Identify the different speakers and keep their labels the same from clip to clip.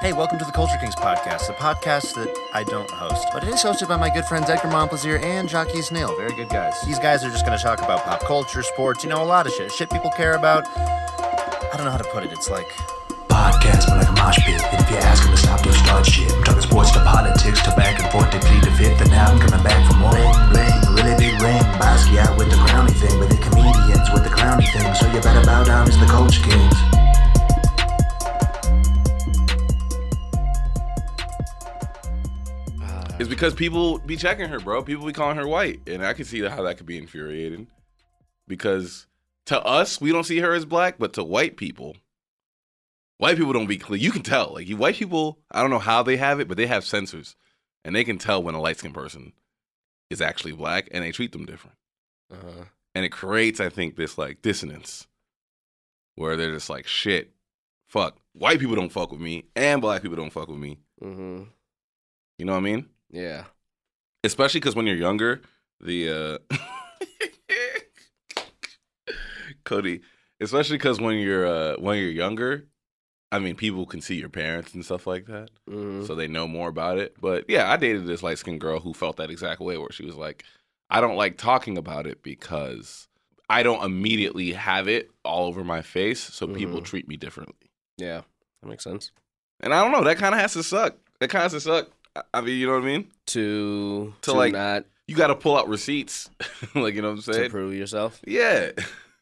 Speaker 1: Hey, welcome to the Culture Kings podcast, the podcast that I don't host, but it is hosted by my good friends Edgar Montplaisir and Jockey Snail. Very good guys. These guys are just going to talk about pop culture, sports, you know, a lot of shit. Shit people care about. I don't know how to put it. It's like
Speaker 2: Podcast more like a mosh pit. And if you ask them to stop, they'll start shit. I'm talking sports to politics to back and forth. They plead the fifth, and now I'm coming back for more. Ring, ring, really big ring. Basquiat with the crowny thing, with the comedians with the clowny thing. So you better bow down as the coach kings.
Speaker 3: It's because people be checking her, bro. People be calling her white, and I can see how that could be infuriating. Because to us, we don't see her as black, but to white people, white people don't be clear. You can tell, like you white people. I don't know how they have it, but they have sensors, and they can tell when a light skinned person is actually black, and they treat them different. And it creates, I think, this like dissonance where they're just like, shit, fuck, white people don't fuck with me, and black people don't fuck with me.
Speaker 4: Mm-hmm.
Speaker 3: You know what I mean?
Speaker 4: Yeah.
Speaker 3: especially because when you're younger, the uh, Cody, especially because when you're uh, when you're younger, I mean, people can see your parents and stuff like that,
Speaker 4: Mm-hmm.
Speaker 3: so they know more about it. But yeah, I dated this light skinned girl who felt that exact way, where she was like, "I don't like talking about it because I don't immediately have it all over my face, so people
Speaker 4: Mhm.
Speaker 3: treat me differently."
Speaker 4: yeah. That makes sense.
Speaker 3: And I don't know, that kind of has to suck. That kind of has to suck. I- I mean, you know what I mean?
Speaker 4: To
Speaker 3: To,
Speaker 4: to,
Speaker 3: like,
Speaker 4: not
Speaker 3: You got to pull out receipts, like you know what I'm
Speaker 4: to
Speaker 3: saying?
Speaker 4: prove yourself.
Speaker 3: Yeah.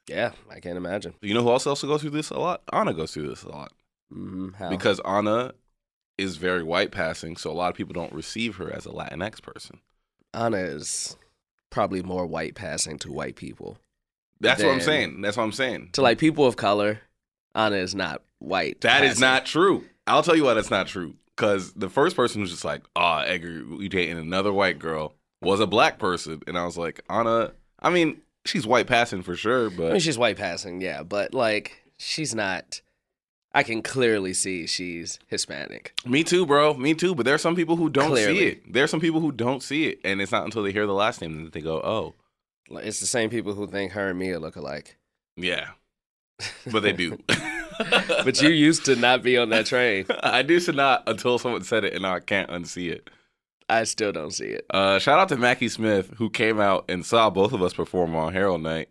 Speaker 4: Yeah, I can't imagine.
Speaker 3: You know who else also goes through this a lot? Anna goes through this a lot
Speaker 4: Mm-hmm. How?
Speaker 3: because Anna is very white passing, so a lot of people don't receive her as a Latinx person.
Speaker 4: Anna is probably more white passing to white people.
Speaker 3: That's what I'm
Speaker 4: Then-
Speaker 3: saying. That's what I'm saying.
Speaker 4: To like people of color, Anna is not white.
Speaker 3: That is
Speaker 4: passing.
Speaker 3: not true. I'll tell you why that's not true. Because the first person was just like, "Ah, Edgar, you dating another white girl?" Was a black person, and I was like, Anna. I mean, she's white passing for sure,
Speaker 4: I mean,
Speaker 3: but
Speaker 4: she's white passing, yeah, but like she's not. I can clearly see she's Hispanic.
Speaker 3: me too, bro. Me too. But there are some people who don't see
Speaker 4: Clearly.
Speaker 3: it. There are some people who don't see it, and it's not until they hear the last name that they go, "Oh,
Speaker 4: Like, It's the same people who think her and Mia look alike.
Speaker 3: yeah." but they do.
Speaker 4: But you used to not be on that train.
Speaker 3: I do to not until someone said it, and now I can't unsee it.
Speaker 4: I still don't see it.
Speaker 3: Uh, shout out to Mackie Smith who came out and saw both of us perform on Herald Night,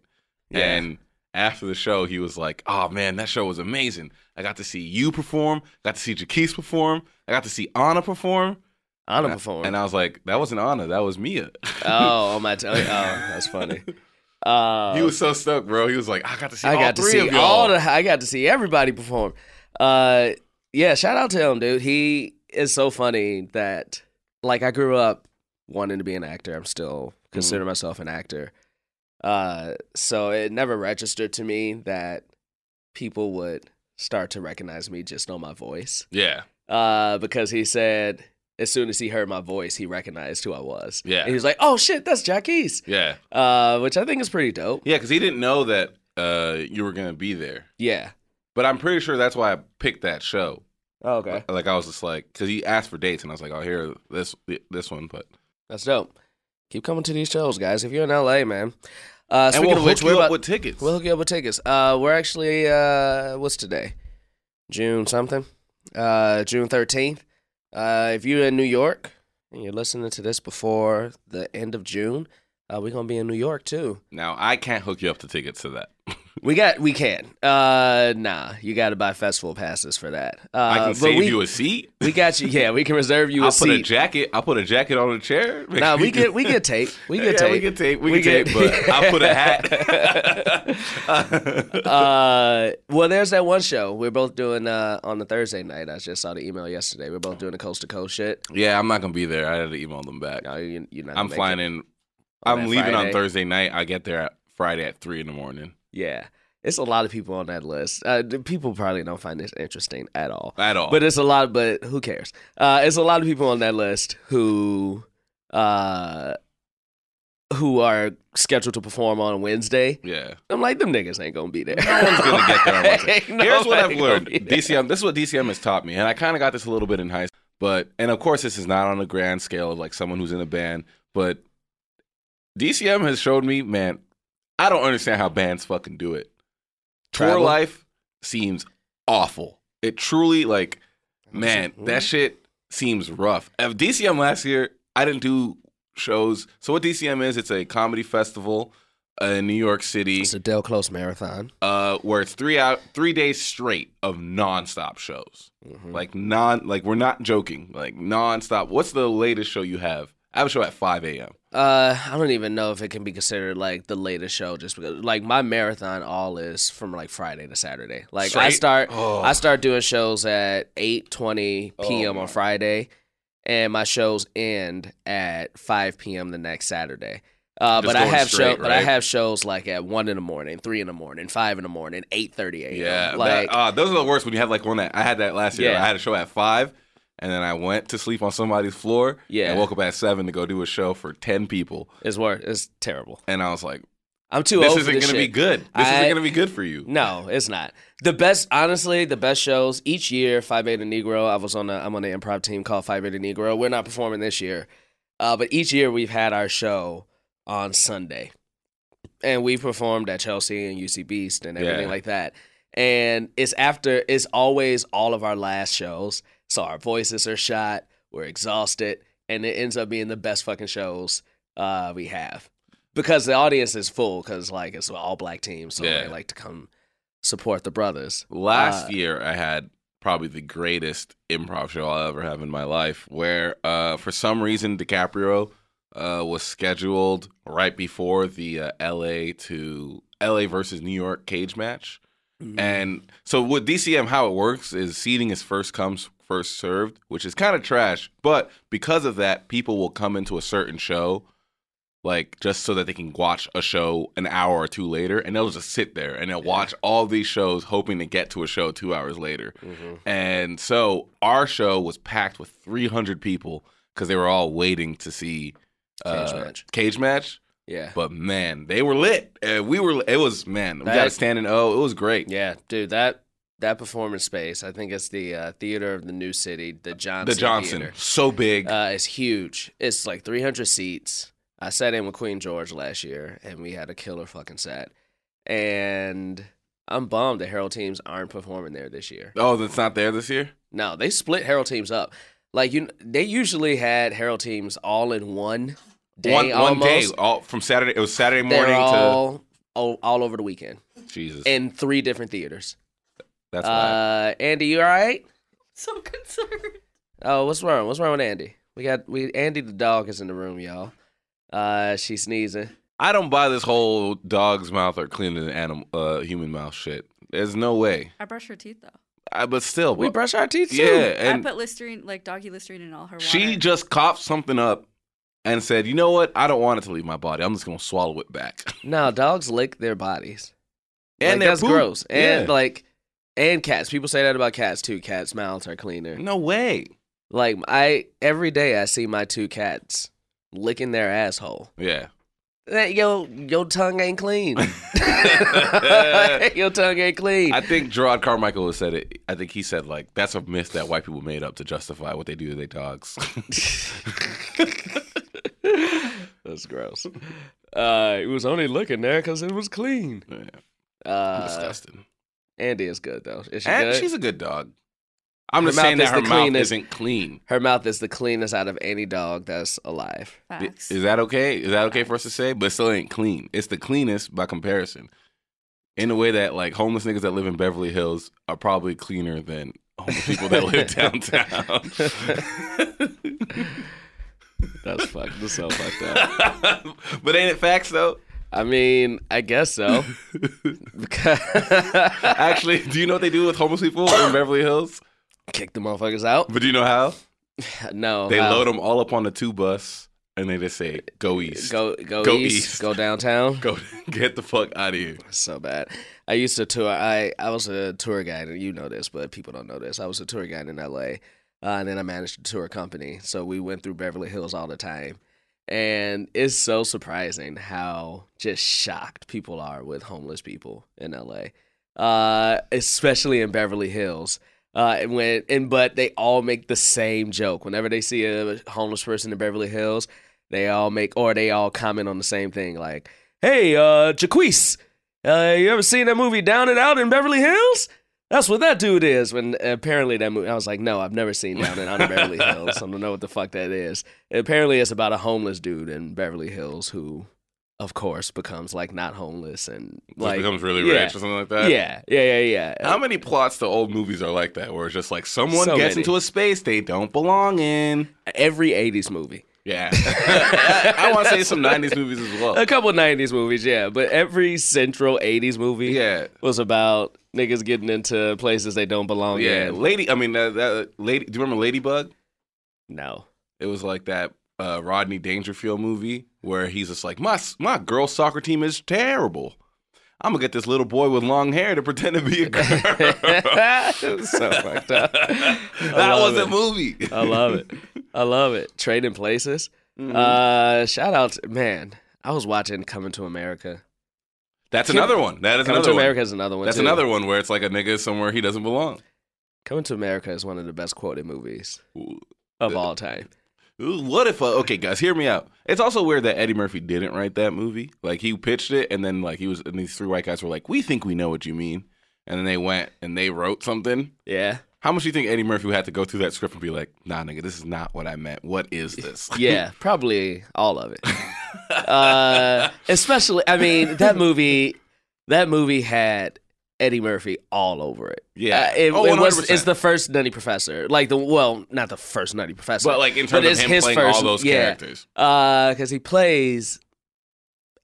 Speaker 4: Yeah.
Speaker 3: and after the show, he was like, "Oh man, that show was amazing. I got to see you perform. Got to see Jaquise perform. I got to see Anna perform."
Speaker 4: Anna performed.
Speaker 3: And I was like, "That wasn't Anna. That was Mia."
Speaker 4: Oh, on my t- oh, that's funny. Uh,
Speaker 3: he was so stoked, bro. He was like, "I got to see.
Speaker 4: I
Speaker 3: all
Speaker 4: got to
Speaker 3: three
Speaker 4: see
Speaker 3: of y'all.
Speaker 4: all the. I got to see everybody perform. Uh, yeah, shout out to him, dude. He is so funny that like I grew up wanting to be an actor. I'm still
Speaker 3: Mm-hmm.
Speaker 4: consider myself an actor. Uh, so it never registered to me that people would start to recognize me just on my voice.
Speaker 3: yeah,
Speaker 4: uh, because he said as soon as he heard my voice, he recognized who I was.
Speaker 3: Yeah.
Speaker 4: and he was like, "Oh shit, that's Jackie's,"
Speaker 3: yeah,
Speaker 4: uh, which I think is pretty dope.
Speaker 3: yeah." Because he didn't know that uh, you were gonna be there.
Speaker 4: Yeah.
Speaker 3: But I'm pretty sure that's why I picked that show.
Speaker 4: okay,
Speaker 3: Like I was just like, because he asked for dates, and I was like, I'll hear this this one, but
Speaker 4: that's dope. Keep coming to these shows, guys. If you're in LA, man. Uh,
Speaker 3: and
Speaker 4: speaking
Speaker 3: we'll
Speaker 4: of
Speaker 3: hook
Speaker 4: which,
Speaker 3: you
Speaker 4: we're
Speaker 3: up
Speaker 4: about,
Speaker 3: with tickets.
Speaker 4: we'll hook you up with tickets. Uh, we're actually uh, what's today? June something. Uh, June thirteenth. Uh, if you're in New York and you're listening to this before the end of June, uh, we're gonna be in New York too.
Speaker 3: now I can't hook you up to tickets to that.
Speaker 4: We got we can. Uh nah, you gotta buy festival passes for that. Uh
Speaker 3: I can
Speaker 4: but
Speaker 3: save
Speaker 4: we,
Speaker 3: you a seat.
Speaker 4: we got you yeah, we can reserve you
Speaker 3: I'll
Speaker 4: a
Speaker 3: put a
Speaker 4: seat.
Speaker 3: jacket. I'll put a jacket on a chair.
Speaker 4: nah, we get we get tape. We get
Speaker 3: yeah,
Speaker 4: tape.
Speaker 3: We get tape. We,
Speaker 4: We
Speaker 3: get tape.
Speaker 4: get-
Speaker 3: But I'll put a hat.
Speaker 4: uh well there's that one show. We're both doing uh on the Thursday night. I just saw the email yesterday. We're both doing the coast to coast shit.
Speaker 3: yeah, I'm not gonna be there. I had to email them back.
Speaker 4: No, you you're not gonna
Speaker 3: I'm
Speaker 4: make
Speaker 3: flying
Speaker 4: it.
Speaker 3: in.
Speaker 4: On
Speaker 3: I'm
Speaker 4: that
Speaker 3: leaving on
Speaker 4: Friday.
Speaker 3: Thursday night. I get there at Friday at three in the morning.
Speaker 4: Yeah. It's a lot of people on that list. Uh, the people probably don't find this interesting at all.
Speaker 3: At all.
Speaker 4: But it's a lot. But who cares? Uh, it's a lot of people on that list who, uh, who are scheduled to perform on Wednesday.
Speaker 3: yeah.
Speaker 4: I'm like, them niggas ain't gonna be there.
Speaker 3: No one's gonna get there on Wednesday.
Speaker 4: Ain't
Speaker 3: Here's what I've
Speaker 4: nobody gonna
Speaker 3: learned.
Speaker 4: be there.
Speaker 3: DCM. This is what DCM has taught me, and I kind of got this a little bit in high school. But and of course, this is not on a grand scale of like someone who's in a band. But DCM has showed me, man, I don't understand how bands fucking do it. Tour
Speaker 4: Travel?
Speaker 3: life seems awful. It truly like Man,
Speaker 4: Mm-hmm.
Speaker 3: that shit seems rough. At DCM last year, I didn't do shows. So what DCM is, it's a comedy festival uh, in New York City,
Speaker 4: It's a Del Close marathon.
Speaker 3: uh, where it's three out, three days straight of nonstop shows.
Speaker 4: Mm-hmm.
Speaker 3: Like non, like we're not joking. Like nonstop. What's the latest show you have? I have a show at five a.m.
Speaker 4: Uh, I don't even know if it can be considered like the latest show, just because like my marathon all is from like Friday to Saturday. Like I
Speaker 3: Straight?
Speaker 4: start,
Speaker 3: Oh.
Speaker 4: I start doing shows at eight twenty p.m.
Speaker 3: Oh, my.
Speaker 4: on Friday, and my shows end at five p.m. the next Saturday. Uh,
Speaker 3: Just
Speaker 4: but I
Speaker 3: going
Speaker 4: have show,
Speaker 3: straight,
Speaker 4: but I
Speaker 3: right?
Speaker 4: have shows like at one in the morning, three in the morning, five in the morning, eight thirty a.m.
Speaker 3: Yeah, that,
Speaker 4: like
Speaker 3: uh, those are the worst when you have like one that I had that last year.
Speaker 4: Yeah.
Speaker 3: I had a show at five, and then I went to sleep on somebody's floor.
Speaker 4: Yeah.
Speaker 3: and woke up at seven to go do a show for ten people,
Speaker 4: it's work, it's terrible.
Speaker 3: and I was like,
Speaker 4: I'm too
Speaker 3: "This
Speaker 4: old. for
Speaker 3: isn't gonna be
Speaker 4: shit.
Speaker 3: good. This
Speaker 4: I-
Speaker 3: isn't gonna be good for you."
Speaker 4: No, it's not. The best, honestly, the best shows each year. Phi Beta Negro. I was on the. I'm on the improv team called Phi Beta Negro. We're not performing this year, uh, but each year we've had our show on Sunday, and we performed at Chelsea and UC Beast and everything
Speaker 3: Yeah.
Speaker 4: like that. And it's after. It's always all of our last shows, so our voices are shot. We're exhausted, and it ends up being the best fucking shows uh, we have because the audience is full because like it's an all black team, so
Speaker 3: Yeah.
Speaker 4: they like to come support the brothers.
Speaker 3: Last
Speaker 4: Uh,
Speaker 3: year, I had probably the greatest improv show I'll ever have in my life, where uh, for some reason DiCaprio uh, was scheduled right before the uh, L.A. to L.A. versus New York cage match.
Speaker 4: Mm-hmm.
Speaker 3: Mm-hmm. And so with DCM, how it works is seating is first comes, first served, which is kind of trash. But because of that, people will come into a certain show, like just so that they can watch a show an hour or two later, and they'll just sit there and they'll watch all these shows, hoping to get to a show two hours later. And so our show was packed with 300 people because they were all waiting to see
Speaker 4: Cage
Speaker 3: uh,
Speaker 4: match.
Speaker 3: Cage match.
Speaker 4: yeah,
Speaker 3: But man, they were lit. Uh, we were. It was man. We got a
Speaker 4: That-
Speaker 3: standing O. It was great.
Speaker 4: yeah, dude, that that performance space. I think it's the uh, theater of the new city, the Johnson.
Speaker 3: the Johnson
Speaker 4: Theater.
Speaker 3: so big.
Speaker 4: Uh, it's huge. It's like 300 seats. I sat in with Queen George last year, and we had a killer fucking set. And I'm bummed that Herald teams aren't performing there this year.
Speaker 3: oh, that's not there this year.
Speaker 4: No, they split Herald teams up. Like you, they usually had Herald teams all in one day.
Speaker 3: one one day,
Speaker 4: almost.
Speaker 3: all from Saturday. It was Saturday
Speaker 4: They're
Speaker 3: morning
Speaker 4: all, all all over the weekend
Speaker 3: to Jesus.
Speaker 4: in three different theaters.
Speaker 3: that's why.
Speaker 4: Uh, Andy, you all right?
Speaker 5: So concerned.
Speaker 4: Oh, what's wrong? What's wrong with Andy? We got we Andy the dog is in the room, y'all. Uh, she's sneezing.
Speaker 3: I don't buy this whole dog's mouth or cleaning an animal, uh, human mouth shit. There's no way.
Speaker 5: I brush her teeth though.
Speaker 3: I, but still,
Speaker 4: We
Speaker 3: but-
Speaker 4: brush our teeth too.
Speaker 3: Yeah, and
Speaker 5: I put Listerine, like doggy Listerine, in all her water.
Speaker 3: she just coughed something up and said, "You know what? I don't want it to leave my body. I'm just gonna swallow it back."
Speaker 4: No, dogs lick their bodies.
Speaker 3: And
Speaker 4: like,
Speaker 3: their
Speaker 4: that's
Speaker 3: poop.
Speaker 4: gross. And
Speaker 3: Yeah.
Speaker 4: like, and cats. People say that about cats too. Cats' mouths are cleaner.
Speaker 3: no way.
Speaker 4: Like I every day I see my two cats licking their asshole.
Speaker 3: Yeah.
Speaker 4: That yo your tongue ain't clean. your tongue ain't clean.
Speaker 3: I think Gerard Carmichael has said it. I think he said like that's a myth that white people made up to justify what they do to their dogs.
Speaker 4: That's gross. Uh, it was only looking there because it was clean.
Speaker 3: Yeah,
Speaker 4: Uh,
Speaker 3: disgusting.
Speaker 4: Andy is good though. Is she
Speaker 3: and
Speaker 4: good?
Speaker 3: she's a good dog. I'm
Speaker 4: Her
Speaker 3: just
Speaker 4: mouth
Speaker 3: saying
Speaker 4: is
Speaker 3: that her
Speaker 4: the
Speaker 3: mouth
Speaker 4: cleanest.
Speaker 3: isn't clean.
Speaker 4: Her mouth is the cleanest out of any dog that's alive.
Speaker 5: Facts.
Speaker 3: Is that okay? Is that okay for us to say? But it still ain't clean. It's the cleanest by comparison. In a way that like homeless niggas that live in Beverly Hills are probably cleaner than homeless people that live downtown.
Speaker 4: That's fucked. That's so fucked up.
Speaker 3: but ain't it facts though?
Speaker 4: I mean, I guess so. Because
Speaker 3: Actually, do you know what they do with homeless people in Beverly Hills?
Speaker 4: kick the motherfuckers out.
Speaker 3: But do you know how?
Speaker 4: No,
Speaker 3: They
Speaker 4: how?
Speaker 3: load them all up on the two bus and they just say, go east. Go,
Speaker 4: Go go,
Speaker 3: Go
Speaker 4: east,
Speaker 3: east.
Speaker 4: Go downtown.
Speaker 3: get the fuck out of here.
Speaker 4: So bad. I used to tour. I I was a tour guide, and you know this, but people don't know this. I was a tour guide in L.A. Uh, and then I managed a tour company, so we went through Beverly Hills all the time. And it's so surprising how just shocked people are with homeless people in L.A. Uh, especially in Beverly Hills. Uh, and when and but they all make the same joke whenever they see a homeless person in Beverly Hills. They all make or they all comment on the same thing like, "Hey, uh, Jaquise, uh, you ever seen that movie Down and Out in Beverly Hills? That's what that dude is. When apparently that movie, I was like, no, I've never seen Down in Under Beverly Hills. I don't know what the fuck that is. Apparently, it's about a homeless dude in Beverly Hills who, of course, becomes like not homeless and
Speaker 3: Like,
Speaker 4: like
Speaker 3: becomes really
Speaker 4: yeah,
Speaker 3: rich or something like that.
Speaker 4: Yeah, yeah, yeah, yeah.
Speaker 3: How many plots to old movies are like that, where it's just like someone
Speaker 4: So
Speaker 3: gets
Speaker 4: many.
Speaker 3: into a space they don't belong in?
Speaker 4: Every '80s movie.
Speaker 3: Yeah, I, want to say some '90s movies as well.
Speaker 4: A couple '90s movies, yeah, but every central '80s movie,
Speaker 3: Yeah,
Speaker 4: was about niggas getting into places they don't belong
Speaker 3: yeah.
Speaker 4: in.
Speaker 3: Lady, I mean that, that lady. Do you remember Ladybug?
Speaker 4: No,
Speaker 3: It was like that uh, Rodney Dangerfield movie where he's just like, my my girl soccer team is terrible. I'm gonna get this little boy with long hair to pretend to be a girl.
Speaker 4: It was so fucked up.
Speaker 3: that
Speaker 4: love
Speaker 3: was a
Speaker 4: it.
Speaker 3: movie.
Speaker 4: I love it. I love it. Trading places.
Speaker 3: Mm-hmm.
Speaker 4: Uh, shout out, to- man. I was watching Coming to America.
Speaker 3: That's
Speaker 4: Kim-
Speaker 3: another one. That is
Speaker 4: Coming to
Speaker 3: another one.
Speaker 4: America is another one.
Speaker 3: That's
Speaker 4: too.
Speaker 3: another one where it's like a nigga somewhere he doesn't belong.
Speaker 4: Coming to America is one of the best quoted movies
Speaker 3: Ooh,
Speaker 4: of all time.
Speaker 3: What if? Uh, okay, guys, hear me out. It's also weird that Eddie Murphy didn't write that movie. Like he pitched it, and then like he was, and these three white guys were like, "We think we know what you mean," and then they went and they wrote something.
Speaker 4: Yeah,
Speaker 3: How much do you think Eddie Murphy had to go through that script and be like, nah, nigga, this is not what I meant. What is this?
Speaker 4: yeah, probably all of it. Uh, especially, I mean, that movie. That movie had Eddie Murphy all over it.
Speaker 3: Yeah.
Speaker 4: Uh, it,
Speaker 3: Oh,
Speaker 4: it was.
Speaker 3: 100%.
Speaker 4: It's the first Nutty Professor. Like the well, not the first Nutty Professor,
Speaker 3: But like in terms of
Speaker 4: it's
Speaker 3: him
Speaker 4: his
Speaker 3: playing
Speaker 4: first-
Speaker 3: all those
Speaker 4: yeah.
Speaker 3: characters.
Speaker 4: because he plays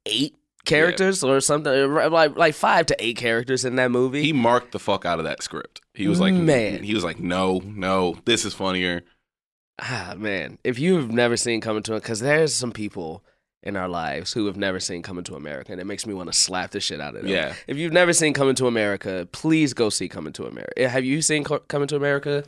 Speaker 4: eight characters or something, or like like five to eight characters in that movie.
Speaker 3: He marked the fuck out of that script. He was like,
Speaker 4: Man.
Speaker 3: he was like, no, no, this is funnier.
Speaker 4: ah, man, if you've never seen Coming to because there's some people in our lives who have never seen Coming to America, and it makes me want to slap the shit out of them.
Speaker 3: Yeah.
Speaker 4: If you've never seen Coming to America, please go see Coming to America. Have you seen Co- Coming to America?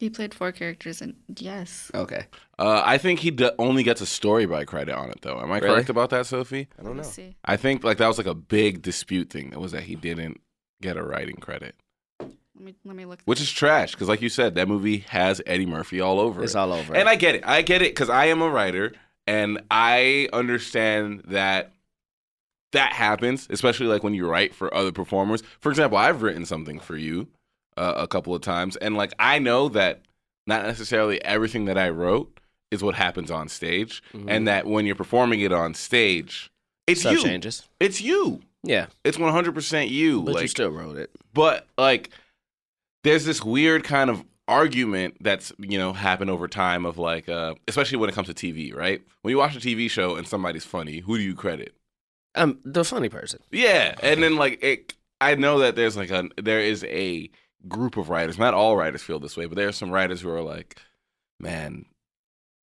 Speaker 5: He played four characters, and yes,
Speaker 4: Okay.
Speaker 3: Uh, I think he d- only gets a story by credit on it, though. Am I
Speaker 4: Really?
Speaker 3: correct about that, Sophie?
Speaker 4: I don't
Speaker 5: Let
Speaker 4: know.
Speaker 5: me see.
Speaker 3: I think like that was like a big dispute thing. That was that he didn't get a writing credit,
Speaker 5: Let me let me look.
Speaker 3: which is trash because, like you said, that movie has Eddie Murphy all over
Speaker 4: It's
Speaker 3: it.
Speaker 4: all over.
Speaker 3: And I get it. I get it because I am a writer and I understand that that happens, especially like when you write for other performers. For example, I've written something for you uh, a couple of times, and like I know that not necessarily everything that I wrote is what happens on stage, and that when you're performing it on stage, it's
Speaker 4: stuff
Speaker 3: you.
Speaker 4: changes.
Speaker 3: It's you.
Speaker 4: Yeah,
Speaker 3: It's 100% you.
Speaker 4: but
Speaker 3: like,
Speaker 4: you still wrote it.
Speaker 3: but like there's this weird kind of argument that's you know happened over time of like uh especially when it comes to tv right when you watch a tv show and somebody's funny who do you credit
Speaker 4: I'm the funny person.
Speaker 3: yeah and then like it i know that there's like a there is a group of writers not all writers feel this way but there are some writers who are like man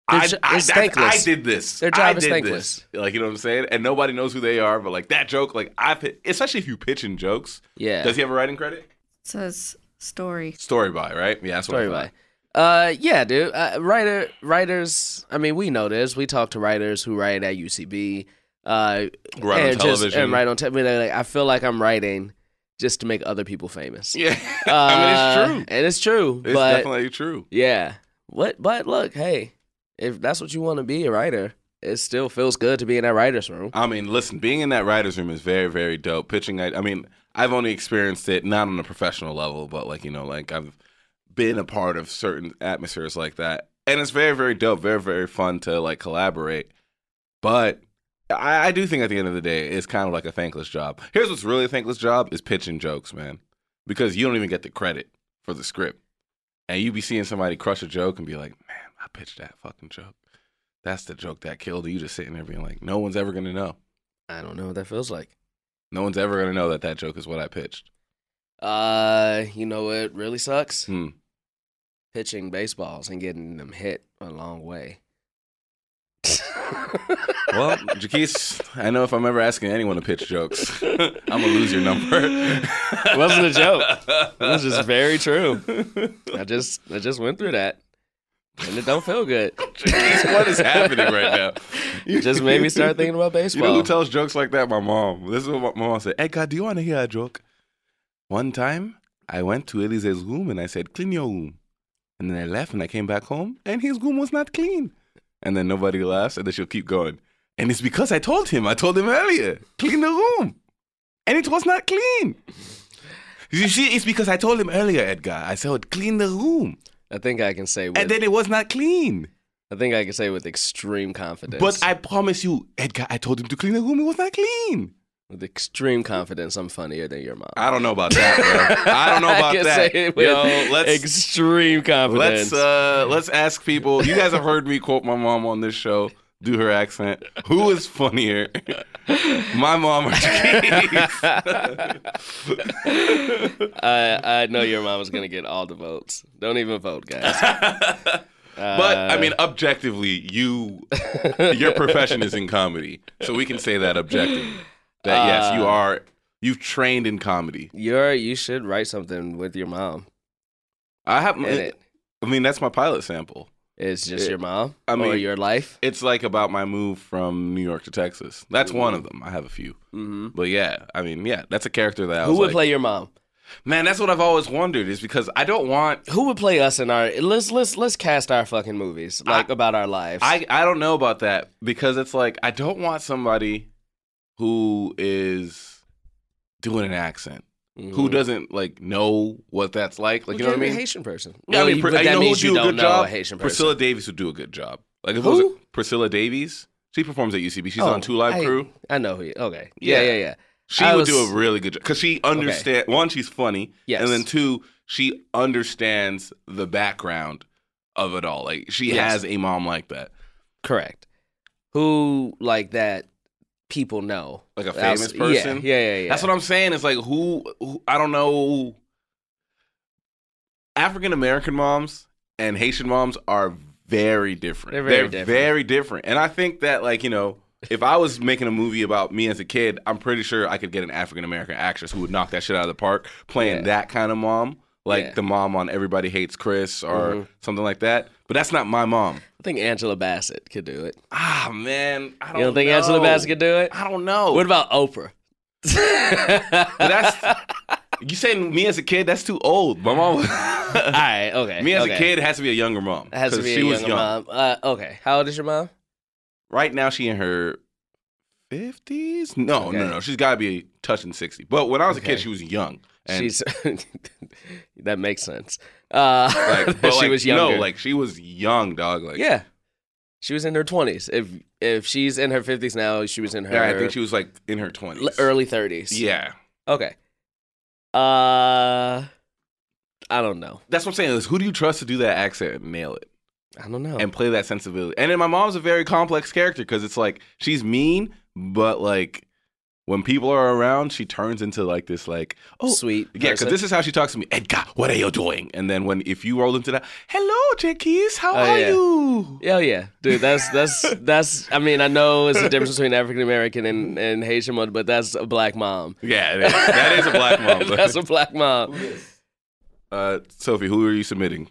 Speaker 4: Their
Speaker 3: I,
Speaker 4: jo-
Speaker 3: I,
Speaker 4: it's
Speaker 3: that's- I
Speaker 4: thankless.
Speaker 3: did this.
Speaker 4: Their job
Speaker 3: I
Speaker 4: is
Speaker 3: did
Speaker 4: thankless.
Speaker 3: This. Like you know what I'm saying, and nobody knows who they are. But like that joke, like I, pi- especially if you pitching jokes,
Speaker 4: Yeah.
Speaker 3: does he have a writing credit?
Speaker 5: It says story.
Speaker 3: Story by, right? Yeah, that's what I
Speaker 4: Story
Speaker 3: thought.
Speaker 4: by. Uh, yeah, dude. Uh, writer, writers. I mean, we know this. We talk to writers who write at UCB. Uh,
Speaker 3: Who write on
Speaker 4: and just-
Speaker 3: television.
Speaker 4: and write on television. Like, I feel like I'm writing just to make other people famous.
Speaker 3: Yeah, I mean
Speaker 4: Uh,
Speaker 3: it's true.
Speaker 4: and it's true.
Speaker 3: It's
Speaker 4: but
Speaker 3: definitely true.
Speaker 4: yeah, what? But look, hey, if that's what you want to be, a writer, it still feels good to be in that writer's room.
Speaker 3: I mean, listen, being in that writers' room is very, very dope. Pitching, I, I mean, I've only experienced it not on a professional level, but like you know, like I've been a part of certain atmospheres like that, and it's very, very dope. Very, very fun to like collaborate. But I, I do think at the end of the day, it's kind of like a thankless job. Here's what's really a thankless job is pitching jokes, man, because you don't even get the credit for the script, and you be seeing somebody crush a joke and be like, man, I pitched that fucking joke. That's the joke that killed you. Just sitting there being like, no one's ever gonna know.
Speaker 4: I don't know what that feels like.
Speaker 3: No one's ever gonna know that that joke is what I pitched.
Speaker 4: Uh, you know what really sucks?
Speaker 3: Hmm.
Speaker 4: Pitching baseballs and getting them hit a long way.
Speaker 3: Well, Jaquise, I know if I'm ever asking anyone to pitch jokes, I'm gonna lose your number.
Speaker 4: wasn't a joke. It was just very true. I just I just went through that, and it don't feel good.
Speaker 3: Jaquise, what is happening right now?
Speaker 4: It just made me start thinking about
Speaker 3: You know
Speaker 4: baseball.
Speaker 3: who tells jokes like that? My mom. This is what my mom said. Hey, God, do you want to hear a joke? One time, I went to Elise's room and I said, clean your room. And then I left and I came back home and his room was not clean. And then nobody laughs and then she'll keep going. And it's because I told him. I told him earlier, clean the room. And it was not clean. You see, it's because I told him earlier, Edgar. I said, clean the room.
Speaker 4: I think I can say with
Speaker 3: And then it was not clean.
Speaker 4: I think I can say with extreme confidence.
Speaker 3: But I promise you, Edgar, I told him to clean the room. It was not clean.
Speaker 4: with extreme confidence, I'm funnier than your mom.
Speaker 3: I don't know about that, bro. I don't know about
Speaker 4: can
Speaker 3: that.
Speaker 4: Say it with
Speaker 3: Yo, let's
Speaker 4: extreme confidence.
Speaker 3: let's uh let's ask people. You guys have heard me quote my mom on this show, do her accent. Who is funnier? my mom or Jake's?
Speaker 4: I I know your mom is gonna get all the votes. Don't even vote, guys.
Speaker 3: But
Speaker 4: Uh,
Speaker 3: I mean, objectively, you your profession is in comedy, so we can say that objectively. That yes, you
Speaker 4: Uh,
Speaker 3: are you've trained in comedy.
Speaker 4: You're you should write something with your mom.
Speaker 3: I have.
Speaker 4: In it.
Speaker 3: I mean, that's my pilot sample.
Speaker 4: It's just
Speaker 3: Yeah.
Speaker 4: your mom.
Speaker 3: I
Speaker 4: or
Speaker 3: mean-
Speaker 4: your life.
Speaker 3: It's like about my move from New York to Texas. That's one of them. I have a few,
Speaker 4: Mm-hmm.
Speaker 3: but yeah, I mean, yeah, that's a character that I
Speaker 4: Who
Speaker 3: was
Speaker 4: would
Speaker 3: like,
Speaker 4: play your mom?
Speaker 3: Man, that's what I've always wondered. Is because I don't want.
Speaker 4: Who would play us in our? Let's let's let's cast our fucking movies like about our lives.
Speaker 3: I I don't know about that because it's like I don't want somebody who is doing an accent.
Speaker 4: Mhm.
Speaker 3: who doesn't like know what that's like. Like
Speaker 4: Well,
Speaker 3: you know what I
Speaker 4: give me
Speaker 3: mean?
Speaker 4: A Haitian person.
Speaker 3: Yeah,
Speaker 4: Well,
Speaker 3: Pr-
Speaker 4: but
Speaker 3: you
Speaker 4: that
Speaker 3: know
Speaker 4: means
Speaker 3: who'd
Speaker 4: you
Speaker 3: do a
Speaker 4: don't
Speaker 3: good
Speaker 4: know
Speaker 3: job?
Speaker 4: a Haitian person.
Speaker 3: Priscilla Davies would do a good job. Like if it was
Speaker 4: Who?
Speaker 3: a- Priscilla Davies, she performs at UCB. She's
Speaker 4: Oh,
Speaker 3: on Two Live
Speaker 4: I-
Speaker 3: Crew.
Speaker 4: I know who. You, okay. Yeah,
Speaker 3: Yeah.
Speaker 4: yeah, yeah.
Speaker 3: She
Speaker 4: I
Speaker 3: would
Speaker 4: was-
Speaker 3: do a really good job because she understand. One, she's funny,
Speaker 4: Yes.
Speaker 3: and then two, she understands the background of it all. Like she
Speaker 4: Yes.
Speaker 3: has a mom like that,
Speaker 4: Correct. Who like that? People know.
Speaker 3: like a
Speaker 4: Outs-
Speaker 3: famous person.
Speaker 4: Yeah, yeah, yeah. yeah.
Speaker 3: That's what I'm saying. It's like who, who I don't know. African American moms and Haitian moms are very different.
Speaker 4: They're very different.
Speaker 3: very different. And I think that like you know, if I was making a movie about me as a kid, I'm pretty sure I could get an African American actress who would knock that shit out of the park playing
Speaker 4: Yeah.
Speaker 3: that kind of mom. Like
Speaker 4: Yeah.
Speaker 3: the mom on Everybody Hates Chris or
Speaker 4: Mhm.
Speaker 3: something like that, but that's not my mom.
Speaker 4: I think Angela Bassett could do it.
Speaker 3: Ah man, I don't
Speaker 4: You don't think Angela
Speaker 3: know.
Speaker 4: Bassett could do it?
Speaker 3: I don't know.
Speaker 4: What about Oprah?
Speaker 3: But that's you saying me as a kid. That's too old. My mom.
Speaker 4: All right. Okay.
Speaker 3: me as
Speaker 4: okay.
Speaker 3: a kid it has to be a younger mom.
Speaker 4: It has to
Speaker 3: 'cause
Speaker 4: be
Speaker 3: she
Speaker 4: a
Speaker 3: was
Speaker 4: younger
Speaker 3: young.
Speaker 4: mom. Uh, okay. How old is your mom?
Speaker 3: Right now, she in her fifties. No,
Speaker 4: Okay.
Speaker 3: no, no. She's got to be touching sixty. But when I was a kid,
Speaker 4: Okay.
Speaker 3: she was young. And
Speaker 4: She's. that makes sense. Uh,
Speaker 3: like, but
Speaker 4: she
Speaker 3: like,
Speaker 4: was younger.
Speaker 3: No, like she was young, dog. Like
Speaker 4: yeah, she was in her twenties. If if she's in her fifties now, she was in her
Speaker 3: yeah, I think she was like in her twenties.
Speaker 4: l- early thirties.
Speaker 3: Yeah,
Speaker 4: Okay. Uh, I don't know.
Speaker 3: that's what I'm saying. Is who do you trust to do that accent and nail it?
Speaker 4: I don't know.
Speaker 3: and play that sensibility. And then my mom's a very complex character because it's like she's mean, but like when people are around, she turns into like this like oh
Speaker 4: Sweet.
Speaker 3: Yeah, because
Speaker 4: person.
Speaker 3: this is how she talks to me. Edgar, what are you doing? And then when if you roll into that, hello, Jackies, how
Speaker 4: Oh,
Speaker 3: are
Speaker 4: yeah.
Speaker 3: you?
Speaker 4: Yeah, yeah, dude. That's that's that's. I mean, I know it's a difference between African American and, and Haitian one, but that's a black mom.
Speaker 3: Yeah, it is. that is a black mom.
Speaker 4: that's a black mom.
Speaker 3: uh, Sophie, who are you submitting?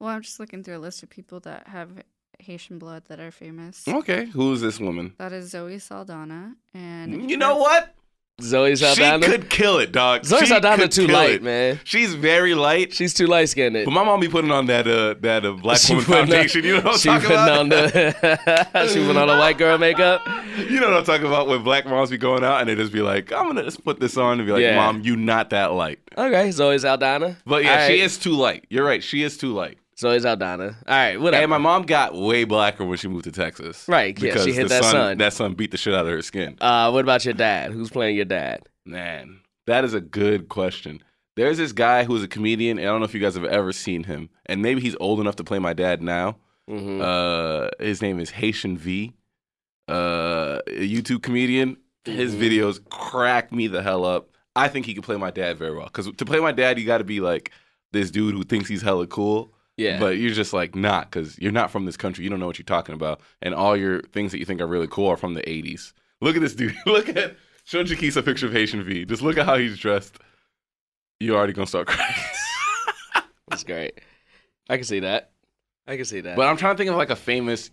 Speaker 5: Well, I'm just looking through a list of people that have Haitian blood that are famous.
Speaker 3: Okay, who is this woman?
Speaker 5: That is Zoe Saldana, and
Speaker 3: Mm, You know what?
Speaker 4: Zoe Saldana.
Speaker 3: She could kill it, dog.
Speaker 4: Zoe
Speaker 3: She
Speaker 4: Saldana
Speaker 3: could
Speaker 4: too
Speaker 3: kill
Speaker 4: light,
Speaker 3: it.
Speaker 4: man.
Speaker 3: She's very light.
Speaker 4: She's too light skinned.
Speaker 3: But my mom be putting on that uh that uh black woman foundation. you know what I'm
Speaker 4: she
Speaker 3: talking
Speaker 4: putting
Speaker 3: about?
Speaker 4: on the she put on the white girl makeup.
Speaker 3: you know what I'm talking about when black moms be going out and they just be like, I'm gonna just put this on and be like,
Speaker 4: Yeah.
Speaker 3: Mom, you not that light.
Speaker 4: Okay, Zoe Saldana.
Speaker 3: But yeah,
Speaker 4: All
Speaker 3: she
Speaker 4: right,
Speaker 3: is too light. You're right. She is too light.
Speaker 4: Zoe Saldana. All right, whatever.
Speaker 3: And my mom got way blacker when she moved to Texas.
Speaker 4: Right, yeah, she hit
Speaker 3: the
Speaker 4: that
Speaker 3: sun,
Speaker 4: sun.
Speaker 3: That sun beat the shit out of her skin.
Speaker 4: uh, what about your dad? Who's playing your dad?
Speaker 3: Man, that is a good question. There's this guy who's a comedian, and I don't know if you guys have ever seen him. And maybe he's old enough to play my dad now.
Speaker 4: hmm
Speaker 3: Uh, his name is Haitian V, uh, a YouTube comedian. His videos crack me the hell up. I think he could play my dad very well. Because to play my dad, you got to be like this dude who thinks he's hella cool.
Speaker 4: yeah,
Speaker 3: But you're just like not, because you're not from this country. You don't know what you're talking about. And all your things that you think are really cool are from the 80s. Look at this dude. look at, show Jaquise a picture of Haitian V. Just look at how he's dressed. You're already going to start crying.
Speaker 4: that's great. I can see that. I can see that.
Speaker 3: But I'm trying to think of like a famous.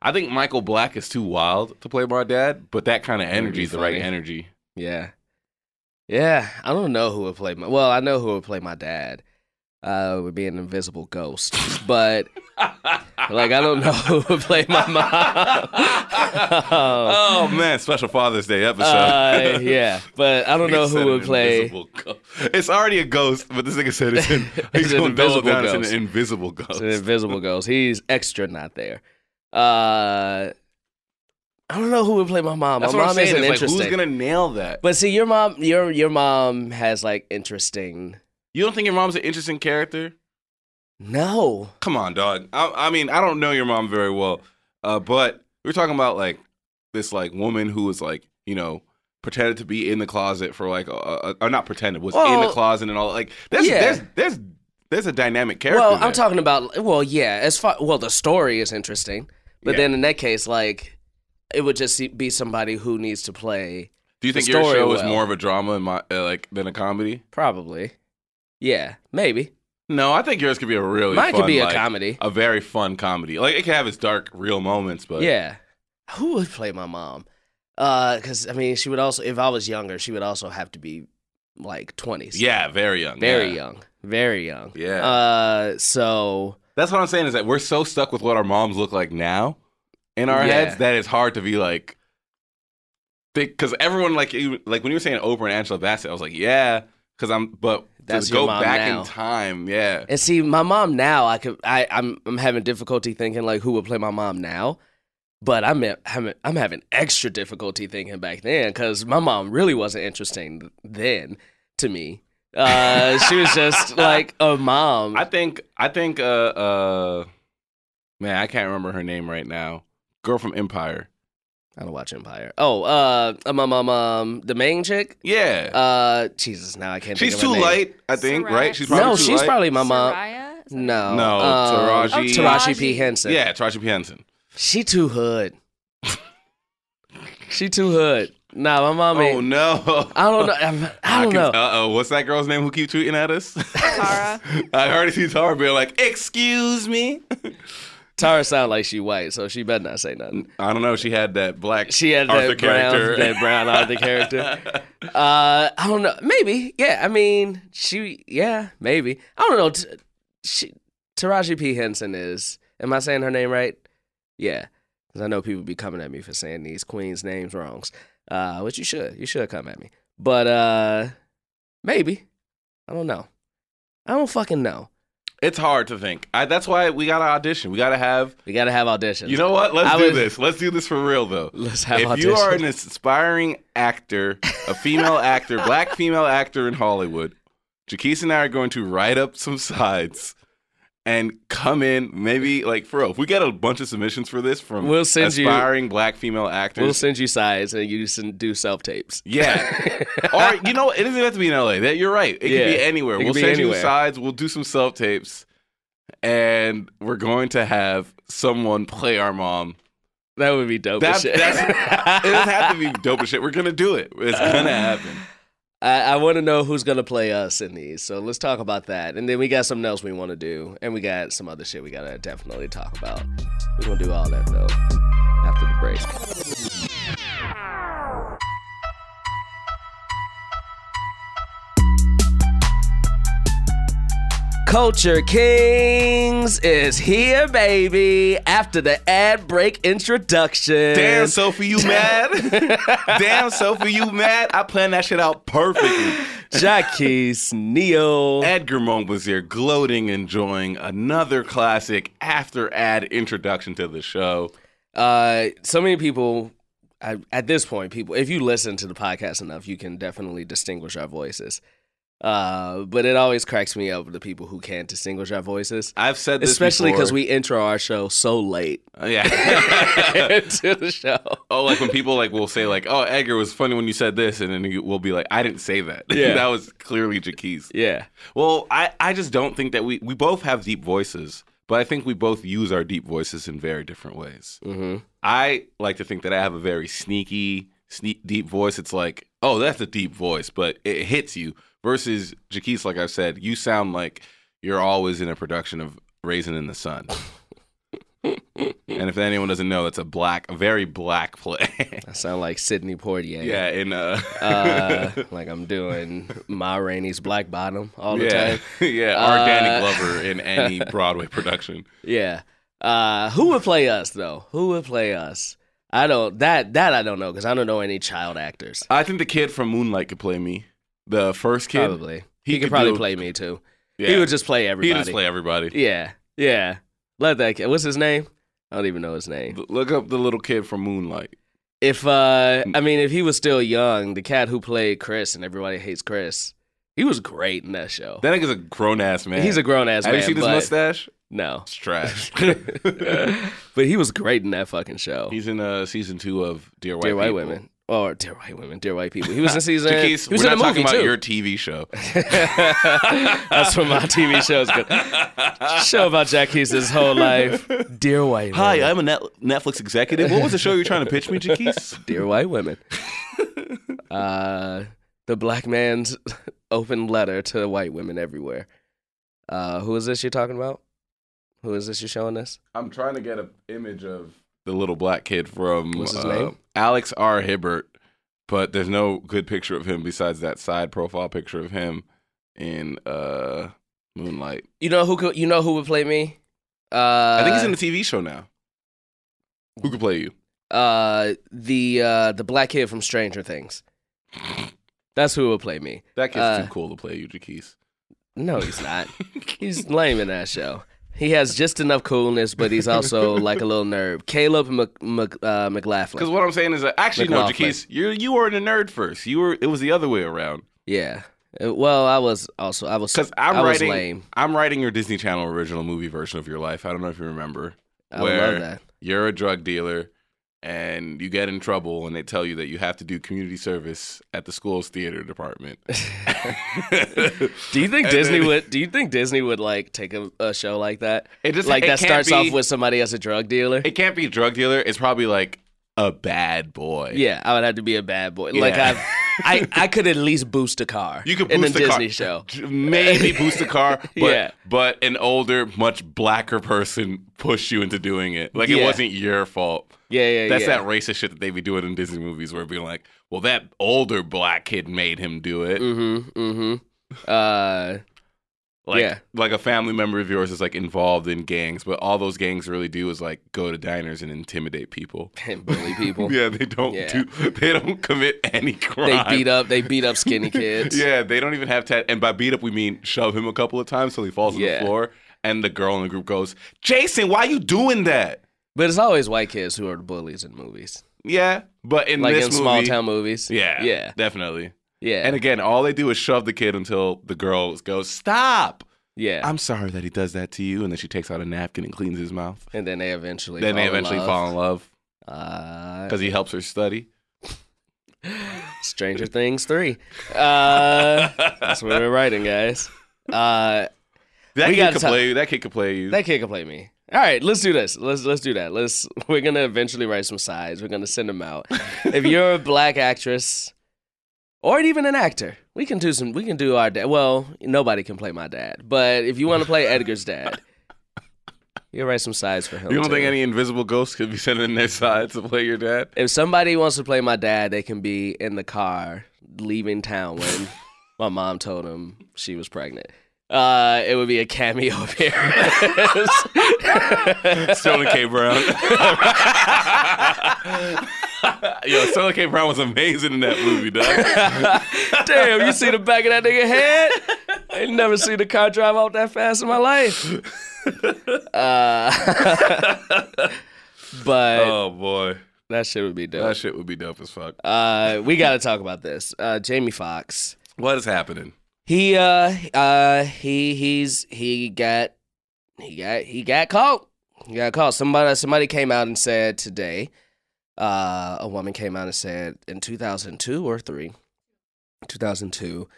Speaker 3: I think Michael Black is too wild to play my dad, but that kind of
Speaker 4: That'd
Speaker 3: energy
Speaker 4: be
Speaker 3: is the right
Speaker 4: funny.
Speaker 3: energy.
Speaker 4: Yeah. Yeah. I don't know who would play my well, I know who would play my dad. Uh would be an invisible ghost. but Like I don't know who would play my mom.
Speaker 3: oh man, special Father's Day episode.
Speaker 4: uh, yeah, but I don't know
Speaker 3: Nigga said
Speaker 4: who would
Speaker 3: an
Speaker 4: play.
Speaker 3: invisible ghost. It's already a ghost, but this nigga said it's in,
Speaker 4: It's
Speaker 3: he's
Speaker 4: an
Speaker 3: gonna double
Speaker 4: invisible
Speaker 3: down. It's
Speaker 4: ghost.
Speaker 3: an invisible ghost.
Speaker 4: It's an invisible ghost. He's extra not there. Uh, I don't know who would play my mom.
Speaker 3: That's
Speaker 4: my
Speaker 3: what
Speaker 4: mom
Speaker 3: I'm saying.
Speaker 4: isn't
Speaker 3: It's like,
Speaker 4: interesting.
Speaker 3: who's gonna nail that?
Speaker 4: But see, your mom, your your mom has like interesting.
Speaker 3: You don't think your mom's an interesting character?
Speaker 4: No,
Speaker 3: Come on, dog. I, I mean, I don't know your mom very well, uh, but we're talking about like this like woman who was like you know pretended to be in the closet for like uh, uh, or not pretended was in the
Speaker 4: Well,
Speaker 3: closet and all like there's
Speaker 4: yeah.
Speaker 3: there's there's there's a dynamic character.
Speaker 4: well, I'm
Speaker 3: there.
Speaker 4: talking about well, yeah. As far well, the story is interesting, but
Speaker 3: Yeah.
Speaker 4: then in that case, like it would just see- be somebody who needs to play
Speaker 3: Do you
Speaker 4: the
Speaker 3: think your
Speaker 4: story
Speaker 3: show is
Speaker 4: well.
Speaker 3: more of a drama in my, uh, like than a comedy?
Speaker 4: probably. Yeah, maybe
Speaker 3: No, I think yours could be a really
Speaker 4: mine
Speaker 3: fun,
Speaker 4: could be
Speaker 3: like,
Speaker 4: a comedy.
Speaker 3: a very fun comedy. Like it could have its dark, real moments, but
Speaker 4: yeah, who would play my mom? Because I mean, she would also if I was younger, she would also have to be like 20s.
Speaker 3: yeah, very young,
Speaker 4: very
Speaker 3: yeah.
Speaker 4: young, very young.
Speaker 3: Yeah.
Speaker 4: Uh, so.
Speaker 3: That's what I'm saying is that we're so stuck with what our moms look like now in our
Speaker 4: Yeah.
Speaker 3: heads that it's hard to be like, because everyone like you- like when you were saying Oprah and Angela Bassett, I was like, yeah, because I'm but to
Speaker 4: That's your
Speaker 3: go
Speaker 4: mom
Speaker 3: back
Speaker 4: now.
Speaker 3: in time, yeah.
Speaker 4: And see, my mom now, I could, I, I'm, I'm having difficulty thinking like who would play my mom now, but I'm, I'm, I'm having extra difficulty thinking back then because my mom really wasn't interesting then to me. Uh, she was just like a mom.
Speaker 3: I think I think uh uh man, I can't remember her name right now. Girl from Empire.
Speaker 4: I don't watch Empire. Oh, uh, um, um, um, um, the main chick.
Speaker 3: Yeah,
Speaker 4: Uh, Jesus, now I can't.
Speaker 3: she's
Speaker 4: think of her
Speaker 3: too
Speaker 4: name.
Speaker 3: light. I think
Speaker 5: Soraya.
Speaker 3: right. She's
Speaker 4: No,
Speaker 3: probably too
Speaker 4: she's
Speaker 3: light.
Speaker 4: probably my mom.
Speaker 5: Soraya? Is that-
Speaker 4: No,
Speaker 3: No,
Speaker 4: um,
Speaker 3: Taraji.
Speaker 5: Oh,
Speaker 4: Taraji P
Speaker 5: Taraji.
Speaker 4: Henson.
Speaker 3: yeah, Taraji P Henson.
Speaker 4: She too hood. she too hood. Nah, my mom ain't.
Speaker 3: oh no.
Speaker 4: I don't know. I'm, I don't know.
Speaker 3: Uh oh, what's that girl's name who keep tweeting at us?
Speaker 5: Tara.
Speaker 3: I already see Tara being like, "Excuse me."
Speaker 4: Tara sound like she white, so she better not say nothing.
Speaker 3: I don't know. She had that black.
Speaker 4: She had
Speaker 3: Arthur
Speaker 4: that brown,
Speaker 3: character.
Speaker 4: that brown Arthur character. Uh, I don't know. Maybe. Yeah. I mean, she. Yeah. Maybe. I don't know. T- she, Taraji P Henson is. Am I saying her name right? Yeah. Because I know people be coming at me for saying these queens' names wrongs. Uh, which you should. You should come at me. But uh, maybe. I don't know. I don't fucking know.
Speaker 3: It's hard to think. I, that's why we gotta audition. We gotta have.
Speaker 4: We gotta have auditions.
Speaker 3: You know what? Let's
Speaker 4: I
Speaker 3: do
Speaker 4: would-
Speaker 3: this. Let's do this for real though.
Speaker 4: Let's have
Speaker 3: if
Speaker 4: auditions.
Speaker 3: you are an aspiring actor, a female actor, black female actor in Hollywood, Jaquise and I are going to write up some sides and come in. Maybe like for real, if we get a bunch of submissions for this from
Speaker 4: We'll send you-
Speaker 3: aspiring black female actors.
Speaker 4: We'll send you sides and you just do self tapes.
Speaker 3: Yeah. or you know, it doesn't have to be in LA. That you're right. It
Speaker 4: Yeah.
Speaker 3: can be anywhere.
Speaker 4: It can
Speaker 3: we'll
Speaker 4: be
Speaker 3: send you
Speaker 4: anywhere.
Speaker 3: sides. We'll do some self tapes, and we're going to have someone play our mom.
Speaker 4: That would be dope.
Speaker 3: That
Speaker 4: as shit.
Speaker 3: that's it doesn't have to be dope as shit. We're gonna do it. It's gonna happen.
Speaker 4: I, I want to know who's gonna play us in these. So let's talk about that. And then we got something else we want to do, and we got some other shit we gotta definitely talk about. We're gonna do all that though after the break. Culture Kings is here, baby. After the ad break introduction.
Speaker 3: Damn, Sophie, you mad? Damn, Sophie, you mad? I planned that shit out perfectly.
Speaker 4: Jackie's Neal.
Speaker 3: Edgar Monk was here, gloating, enjoying another classic after ad introduction to the show.
Speaker 4: Uh, so many people I, at this point, people, if you listen to the podcast enough, you can definitely distinguish our voices. Uh, but it always cracks me up the people who can't distinguish our voices,
Speaker 3: I've said this
Speaker 4: especially because
Speaker 3: because
Speaker 4: we intro our show so late
Speaker 3: yeah.
Speaker 4: to the show.
Speaker 3: Oh, like when people like will say like, "Oh, Edgar it was funny when you said this," and then you will be like, "I didn't say that.
Speaker 4: Yeah.
Speaker 3: that was clearly Jaquise."
Speaker 4: Yeah,
Speaker 3: Well, I I just don't think that we we both have deep voices, but I think we both use our deep voices in very different ways.
Speaker 4: hmm
Speaker 3: I like to think that I have a very sneaky, sneak, deep voice. It's like, oh, that's a deep voice, but it hits you. Versus Jaquise, like I've said, you sound like you're always in a production of Raisin in the Sun. and if anyone doesn't know, it's a black, a very black play.
Speaker 4: I sound like Sidney Poitier.
Speaker 3: yeah, in uh,
Speaker 4: Uh, like I'm doing Ma Rainey's Black Bottom all the
Speaker 3: yeah,
Speaker 4: time.
Speaker 3: yeah, our Danny
Speaker 4: Uh,
Speaker 3: Glover in any Broadway production.
Speaker 4: Yeah. Uh, who would play us though? Who would play us? I don't that that I don't know because I don't know any child actors.
Speaker 3: I think the kid from Moonlight could play me. The first kid,
Speaker 4: Probably he, could
Speaker 3: could
Speaker 4: probably
Speaker 3: do-
Speaker 4: play me too.
Speaker 3: Yeah,
Speaker 4: He would just play everybody.
Speaker 3: He just play everybody.
Speaker 4: Yeah, yeah. Let that kid. What's his name? I don't even know his name.
Speaker 3: L- Look up the little kid from Moonlight.
Speaker 4: If uh, I mean, if he was still young, the cat who played Chris and everybody hates Chris, he was great in that show.
Speaker 3: That nigga's Oh. a grown ass man.
Speaker 4: He's a grown ass
Speaker 3: Have
Speaker 4: man.
Speaker 3: you seen his
Speaker 4: but-
Speaker 3: mustache?
Speaker 4: No,
Speaker 3: It's trash.
Speaker 4: but he was great in that fucking show.
Speaker 3: He's in uh, season two of Dear White
Speaker 4: dear white
Speaker 3: People.
Speaker 4: women, or dear white women, dear white people. He was in season.
Speaker 3: Jaquez,
Speaker 4: he was
Speaker 3: we're not
Speaker 4: in a
Speaker 3: talking
Speaker 4: movie
Speaker 3: about
Speaker 4: too.
Speaker 3: your TV show.
Speaker 4: That's what my TV show is good. Show about Jack Keys his whole life. Dear white
Speaker 3: Hi,
Speaker 4: women.
Speaker 3: I'm a Net- Netflix executive. What was the show you were trying to pitch me, Jaquez?
Speaker 4: Dear white women. Uh, the black man's open letter to white women everywhere. Uh, who is this you're talking about? Who is this you're showing us?
Speaker 3: I'm trying to get an image of the little black kid from
Speaker 4: What's his
Speaker 3: uh,
Speaker 4: name?
Speaker 3: Alex R. Hibbert, but there's no good picture of him besides that side profile picture of him in uh, Moonlight.
Speaker 4: You know who could, you know who would play me? Uh,
Speaker 3: I think he's in the TV show now. Who could play you?
Speaker 4: uh the uh the black kid from Stranger Things. That's who would play me.
Speaker 3: That kid's
Speaker 4: Uh,
Speaker 3: too cool to play you, Jaquez.
Speaker 4: No, he's not. he's lame in that show. He has just enough coolness, but he's also like a little nerd. Caleb Mc, Mc, uh,
Speaker 3: Because
Speaker 4: McLaughlin.
Speaker 3: what I'm saying is, that, actually, no,
Speaker 4: McLaughlin.
Speaker 3: Jaquez, you you were the nerd first. You were. It was the other way around.
Speaker 4: Yeah. Uh, Well, I was also I was
Speaker 3: Because I'm
Speaker 4: I was
Speaker 3: writing,
Speaker 4: lame.
Speaker 3: I'm writing your Disney Channel original movie version of your life. I don't know if you remember.
Speaker 4: I
Speaker 3: where
Speaker 4: love that.
Speaker 3: You're a drug dealer, and you get in trouble, and they tell you that you have to do community service at the school's theater department.
Speaker 4: Do you think
Speaker 3: And
Speaker 4: Disney
Speaker 3: then-
Speaker 4: would? Do you think Disney would like take a, a show like that?
Speaker 3: It just-
Speaker 4: like
Speaker 3: it
Speaker 4: that
Speaker 3: can't
Speaker 4: starts
Speaker 3: be-
Speaker 4: off with somebody as a drug dealer.
Speaker 3: It can't be drug dealer. It's probably like a bad boy.
Speaker 4: yeah, I would have to be a bad boy. Like
Speaker 3: Yeah.
Speaker 4: I've, I I could at least boost a car.
Speaker 3: You could
Speaker 4: in
Speaker 3: boost
Speaker 4: the
Speaker 3: a car-
Speaker 4: Disney show.
Speaker 3: Maybe boost a car, but
Speaker 4: Yeah.
Speaker 3: but an older, much blacker person pushed you into doing it. Like it
Speaker 4: Yeah.
Speaker 3: wasn't your fault.
Speaker 4: Yeah, yeah,
Speaker 3: That's
Speaker 4: yeah.
Speaker 3: that racist shit that they be doing in Disney movies where it be like, well, that older black kid made him do it.
Speaker 4: Mm-hmm. Mm-hmm. Uh,
Speaker 3: Like,
Speaker 4: Yeah.
Speaker 3: like a family member of yours is like involved in gangs, but all those gangs really do is like go to diners and intimidate people.
Speaker 4: and bully people.
Speaker 3: Yeah, they don't
Speaker 4: Yeah.
Speaker 3: do. They don't commit any
Speaker 4: They
Speaker 3: crime.
Speaker 4: beat up. They beat up skinny kids.
Speaker 3: Yeah, they don't even have tat. And by beat up, we mean shove him a couple of times till he falls on
Speaker 4: Yeah.
Speaker 3: the floor. And the girl in the group goes, "Jason, why you doing that?"
Speaker 4: But it's always white kids who are the bullies in movies,
Speaker 3: Yeah, but in
Speaker 4: like in
Speaker 3: this movie,
Speaker 4: small town movies.
Speaker 3: yeah,
Speaker 4: yeah,
Speaker 3: definitely.
Speaker 4: yeah,
Speaker 3: And again, all they do is shove the kid until the girl goes, "Stop!
Speaker 4: yeah.
Speaker 3: I'm sorry that he does that to you." And then she takes out a napkin and cleans his mouth.
Speaker 4: and then they eventually.
Speaker 3: then
Speaker 4: fall
Speaker 3: they eventually
Speaker 4: in
Speaker 3: fall
Speaker 4: love.
Speaker 3: in love
Speaker 4: Uh,
Speaker 3: because he helps her study.
Speaker 4: Stranger Things three. Uh, that's what we're writing, guys. Uh,
Speaker 3: That
Speaker 4: We
Speaker 3: kid
Speaker 4: gotta
Speaker 3: could
Speaker 4: talk-
Speaker 3: play. That kid could play you.
Speaker 4: that kid can play me. All right, let's do this. Let's let's do that. Let's. We're gonna eventually write some sides. We're gonna send them out. if you're a black actress, or even an actor, we can do some. We can do our dad. Well, nobody can play my dad, but if you want to play Edgar's dad, you'll write some sides for him.
Speaker 3: you don't
Speaker 4: too.
Speaker 3: think any invisible ghosts could be sending in their sides to play your dad?
Speaker 4: If somebody wants to play my dad, they can be in the car leaving town when my mom told him she was pregnant. Uh, it would be a cameo appearance.
Speaker 3: Sterling K. Brown. Yo, Sterling K. Brown was amazing in that movie, dog.
Speaker 4: Damn, you see the back of that nigga head? I ain't never seen a car drive off that fast in my life. Uh, but
Speaker 3: Oh boy,
Speaker 4: that shit would be dope.
Speaker 3: that shit would be dope as fuck.
Speaker 4: Uh, we got to talk about this. Uh, Jamie Foxx.
Speaker 3: What is happening?
Speaker 4: He uh uh he he's he got he got he got caught. He got caught. Somebody somebody came out and said today, uh a woman came out and said in 2002 or 3, 2002,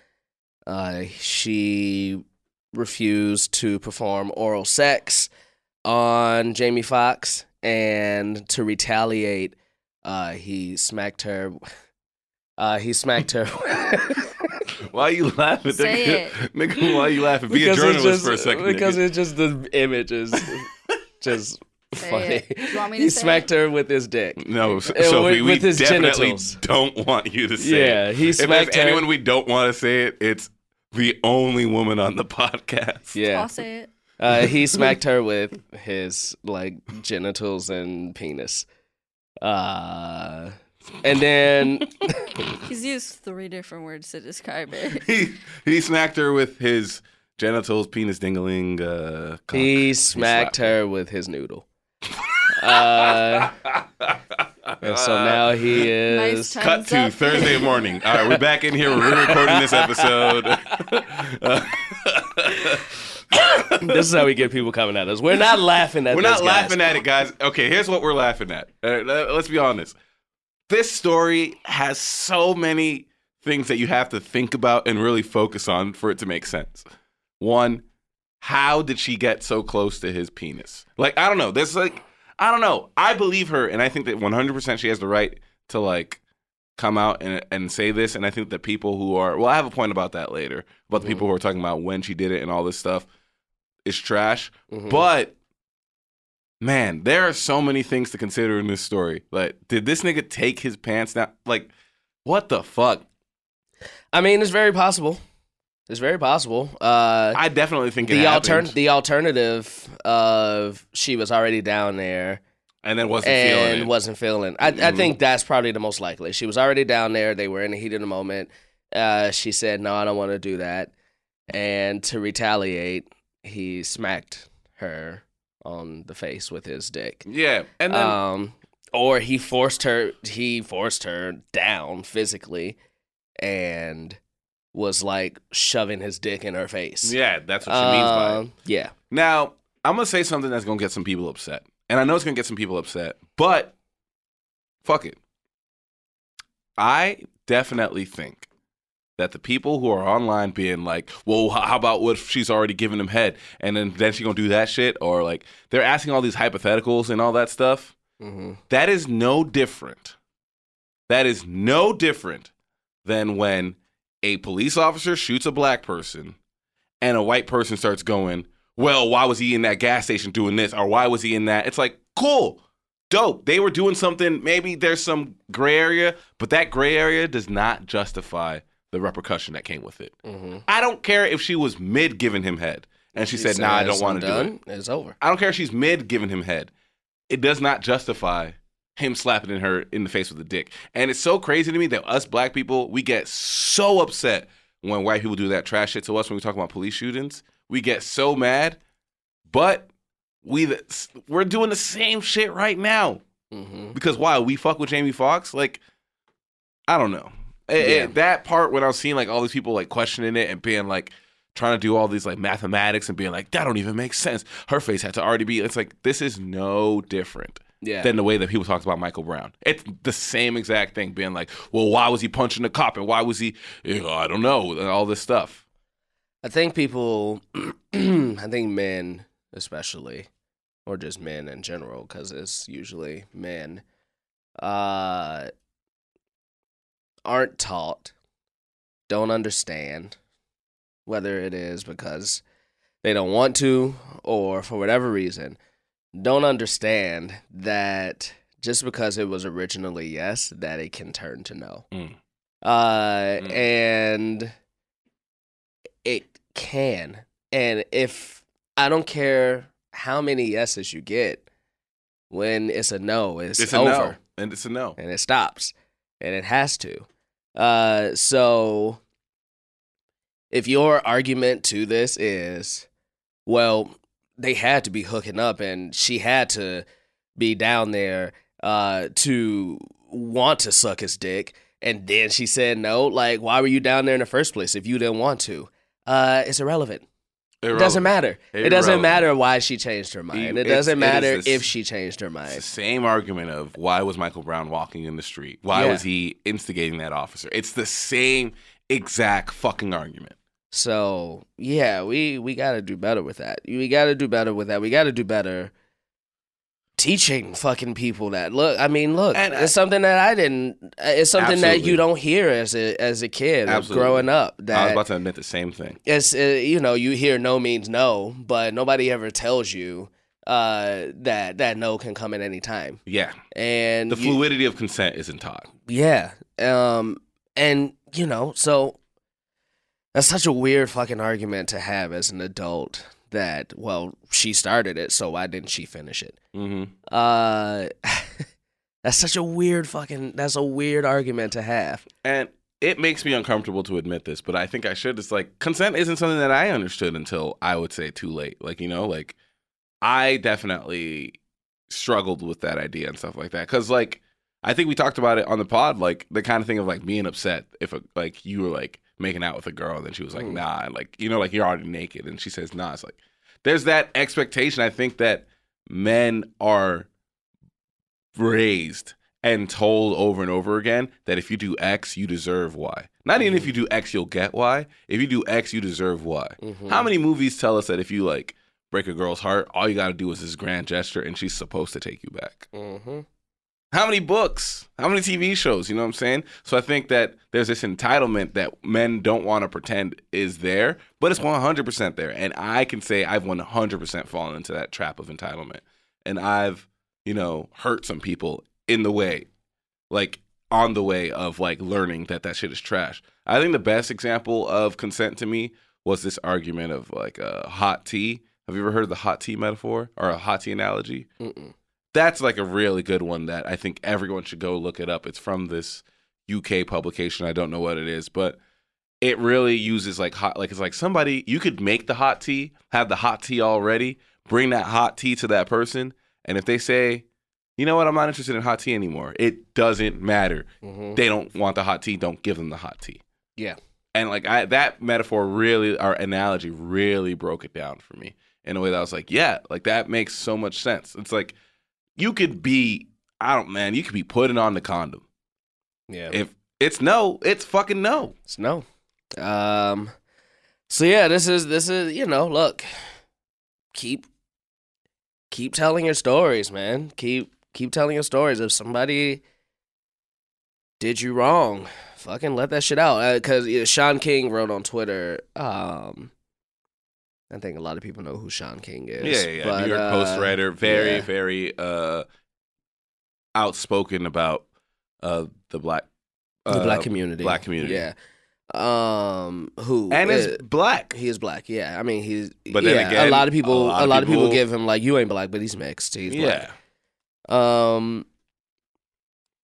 Speaker 4: uh she refused to perform oral sex on Jamie Foxx and to retaliate uh he smacked her uh he smacked her
Speaker 3: Why you laughing?
Speaker 5: Say
Speaker 3: nigga, nigga, why you laughing? Be a
Speaker 4: it's
Speaker 3: journalist
Speaker 4: just-
Speaker 3: for a second.
Speaker 4: Because
Speaker 3: nigga.
Speaker 4: it's just the image is just
Speaker 5: Say
Speaker 4: funny.
Speaker 5: it. Do you want me to
Speaker 4: he
Speaker 5: say
Speaker 4: smacked
Speaker 5: it?
Speaker 4: her with his dick.
Speaker 3: No, so,
Speaker 4: Uh,
Speaker 3: so
Speaker 4: with-
Speaker 3: we, we
Speaker 4: with his
Speaker 3: definitely
Speaker 4: genitals.
Speaker 3: don't want you to say
Speaker 4: Yeah,
Speaker 3: it.
Speaker 4: he
Speaker 3: If
Speaker 4: smacked
Speaker 3: there's
Speaker 4: her.
Speaker 3: anyone we don't want to say it, it's the only woman on the podcast.
Speaker 4: yeah,
Speaker 5: I'll say it.
Speaker 4: uh, he smacked her with his like genitals and penis. Uh, and then
Speaker 5: He's used three different words to describe it.
Speaker 3: He he smacked her with his genitals, penis dingling. Uh, cock.
Speaker 4: he smacked her with his noodle. Uh, and so now he
Speaker 5: nice
Speaker 4: is.
Speaker 5: times
Speaker 3: Cut to
Speaker 5: up.
Speaker 3: Thursday morning. All right, we're back in here. We're recording this episode. Uh,
Speaker 4: this is how we get people coming at us. We're not laughing at.
Speaker 3: we're not
Speaker 4: this, guys.
Speaker 3: laughing at it, guys. Okay, here's what we're laughing at. All right, let- let's be honest. This story has so many things that you have to think about and really focus on for it to make sense. One, how did she get so close to his penis? Like, I don't know. There's like, I don't know. I believe her, and I think that 100% she has the right to like come out and, and say this. And I think that people who are, well, I have a point about that later, about the
Speaker 4: Mm-hmm.
Speaker 3: people who are talking about when she did it and all this stuff is trash.
Speaker 4: Mhm.
Speaker 3: But man, there are so many things to consider in this story. Like, did this nigga take his pants down? Like, what the fuck?
Speaker 4: I mean, it's very possible. It's very possible. Uh,
Speaker 3: I definitely think it
Speaker 4: the
Speaker 3: happened,
Speaker 4: altern the alternative of she was already down there
Speaker 3: and then wasn't feeling
Speaker 4: and
Speaker 3: it. Mm-hmm.
Speaker 4: wasn't feeling. I, I think that's probably the most likely. She was already down there. They were in the heat of the moment. Uh, she said, "No, I don't want to do that," and to retaliate, he smacked her on the face with his dick.
Speaker 3: yeah, and then
Speaker 4: Um, or he forced her. He forced her down physically, and was like shoving his dick in her face.
Speaker 3: yeah, that's what she means by it.
Speaker 4: Um, yeah.
Speaker 3: Now, I'm gonna say something that's gonna get some people upset, and I know it's gonna get some people upset, but fuck it. I definitely think that the people who are online being like, "Well, h- how about what if she's already giving him head, and then then she gonna do that shit," or like they're asking all these hypotheticals and all that stuff.
Speaker 4: Mm-hmm.
Speaker 3: That is no different. That is no different than when a police officer shoots a black person and a white person starts going, Well, why was he in that gas station doing this? Or why was he in that? It's like, cool, dope. They were doing something. Maybe there's some gray area, but that gray area does not justify the repercussion that came with it.
Speaker 4: Mhm.
Speaker 3: I don't care if she was mid giving him head and she, said, Nah, I don't want to do it.
Speaker 4: It's over.
Speaker 3: I don't care if she's mid giving him head. It does not justify him slapping in her in the face with a dick. And it's so crazy to me that us black people, we get so upset when white people do that trash shit to us when we talk about police shootings. We get so mad, but we the, we're doing the same shit right now
Speaker 4: Mm-hmm.
Speaker 3: because why? We fuck with Jamie Foxx? Like, I don't know. It- it-
Speaker 4: Yeah.
Speaker 3: that part when I was seeing like all these people like questioning it and being like trying to do all these like mathematics and being like that don't even make sense. Her face had to already be. It's like this is no different
Speaker 4: Yeah.
Speaker 3: than the way that people talked about Michael Brown. It's the same exact thing. Being like, well, why was he punching the cop and why was he? You know, I don't know. And all this stuff.
Speaker 4: I think people, I think men especially, or just men in general, because it's usually men, uh, aren't taught, don't understand, whether it is because they don't want to or for whatever reason, don't understand that just because it was originally yes, that it can turn to no.
Speaker 3: Mm.
Speaker 4: Uh,
Speaker 3: Mm.
Speaker 4: And it can. And if I don't care how many yeses you get, when it's a no, it's,
Speaker 3: It's a
Speaker 4: over
Speaker 3: no, and it's a no.
Speaker 4: and it stops and it has to uh so if your argument to this is well they had to be hooking up and she had to be down there uh to want to suck his dick and then she said no like why were you down there in the first place if you didn't want to uh it's irrelevant it
Speaker 3: Irrelevant.
Speaker 4: doesn't matter it doesn't
Speaker 3: Irrelevant.
Speaker 4: matter why she changed her mind
Speaker 3: You-
Speaker 4: it
Speaker 3: it's-
Speaker 4: doesn't
Speaker 3: it is
Speaker 4: matter
Speaker 3: this-
Speaker 4: if she changed her
Speaker 3: It's the
Speaker 4: mind
Speaker 3: same argument of why was Michael Brown walking in the street? Why
Speaker 4: Yeah.
Speaker 3: was he instigating that officer? It's the same exact fucking argument.
Speaker 4: So yeah, we we gotta do better with that. We gotta do better with that. We gotta do better teaching fucking people that look. I mean, look,
Speaker 3: And I-
Speaker 4: it's something that I didn't. It's something that
Speaker 3: Absolutely.
Speaker 4: you don't hear as a as a kid or
Speaker 3: Absolutely.
Speaker 4: growing up.
Speaker 3: I was
Speaker 4: That
Speaker 3: about to admit the same thing.
Speaker 4: it's uh, you know you hear no means no, but nobody ever tells you uh, that that no can come at any time.
Speaker 3: Yeah.
Speaker 4: And
Speaker 3: The
Speaker 4: you-
Speaker 3: fluidity of consent isn't taught.
Speaker 4: Yeah. Um and you know, so that's such a weird fucking argument to have as an adult that well, she started it, so why didn't she finish it?
Speaker 3: Mm-hmm.
Speaker 4: Uh that's such a weird fucking that's a weird argument to have.
Speaker 3: And it makes me uncomfortable to admit this, but I think I should. It's like consent isn't something that I understood until I would say too late. Like, you know, like I definitely struggled with that idea and stuff like that. Cause like I think we talked about it on the pod, like the kind of thing of like being upset if a, like you were like making out with a girl and then she was like,
Speaker 4: Mm.
Speaker 3: nah, and like, you know, like you're already naked and she says, nah. It's like there's that expectation I think that men are raised and told over and over again that if you do X, you deserve Y. Not even if you do X, you'll get Y. If you do X, you deserve Y.
Speaker 4: Mm.
Speaker 3: How many movies tell us that if you like break a girl's heart, all you gotta do is this grand gesture and she's supposed to take you back?
Speaker 4: Mhm.
Speaker 3: How many books? How many TV shows? You know what I'm saying? So I think that there's this entitlement that men don't want to pretend is there, but it's 100% there. And I can say I've 100% fallen into that trap of entitlement. And I've, you know, hurt some people in the way, like on the way of like learning that that shit is trash. I think the best example of consent to me was this argument of like uh, hot tea. Have you ever heard of the hot tea metaphor or a hot tea analogy?
Speaker 4: Mm-mm.
Speaker 3: that's like a really good one that I think everyone should go look it up. It's from this UK publication. I don't know what it is, but it really uses like hot like it's like somebody you could make the hot tea, have the hot tea already, bring that hot tea to that person, and if they say, "You know what? I'm not interested in hot tea anymore." It doesn't matter.
Speaker 4: Mhm.
Speaker 3: They don't want the hot tea, don't give them the hot tea.
Speaker 4: Yeah.
Speaker 3: And like I that metaphor really our analogy really broke it down for me in a way that I was like, yeah, like that makes so much sense. It's like you could be I don't man, you could be putting on the condom.
Speaker 4: Yeah.
Speaker 3: If it's no, it's fucking no.
Speaker 4: It's no. Um so yeah, this is this is, you know, look. Keep keep telling your stories, man. Keep keep telling your stories if somebody did you wrong, fucking let that shit out Uh 'cause yeah, Sean King wrote on Twitter um I think a lot of people know who Sean King is.
Speaker 3: Yeah, yeah, yeah.
Speaker 4: but,
Speaker 3: New York Post
Speaker 4: uh,
Speaker 3: writer, very,
Speaker 4: yeah.
Speaker 3: very uh outspoken about uh the black
Speaker 4: the
Speaker 3: uh,
Speaker 4: black community.
Speaker 3: black community.
Speaker 4: Yeah. Um who
Speaker 3: And
Speaker 4: uh,
Speaker 3: it's black.
Speaker 4: He is black, yeah. I mean, he's
Speaker 3: But then
Speaker 4: yeah,
Speaker 3: again,
Speaker 4: a lot of people, a lot, of people,
Speaker 3: people-
Speaker 4: give him like, "You ain't black," but he's mixed. He's
Speaker 3: yeah.
Speaker 4: black. Um,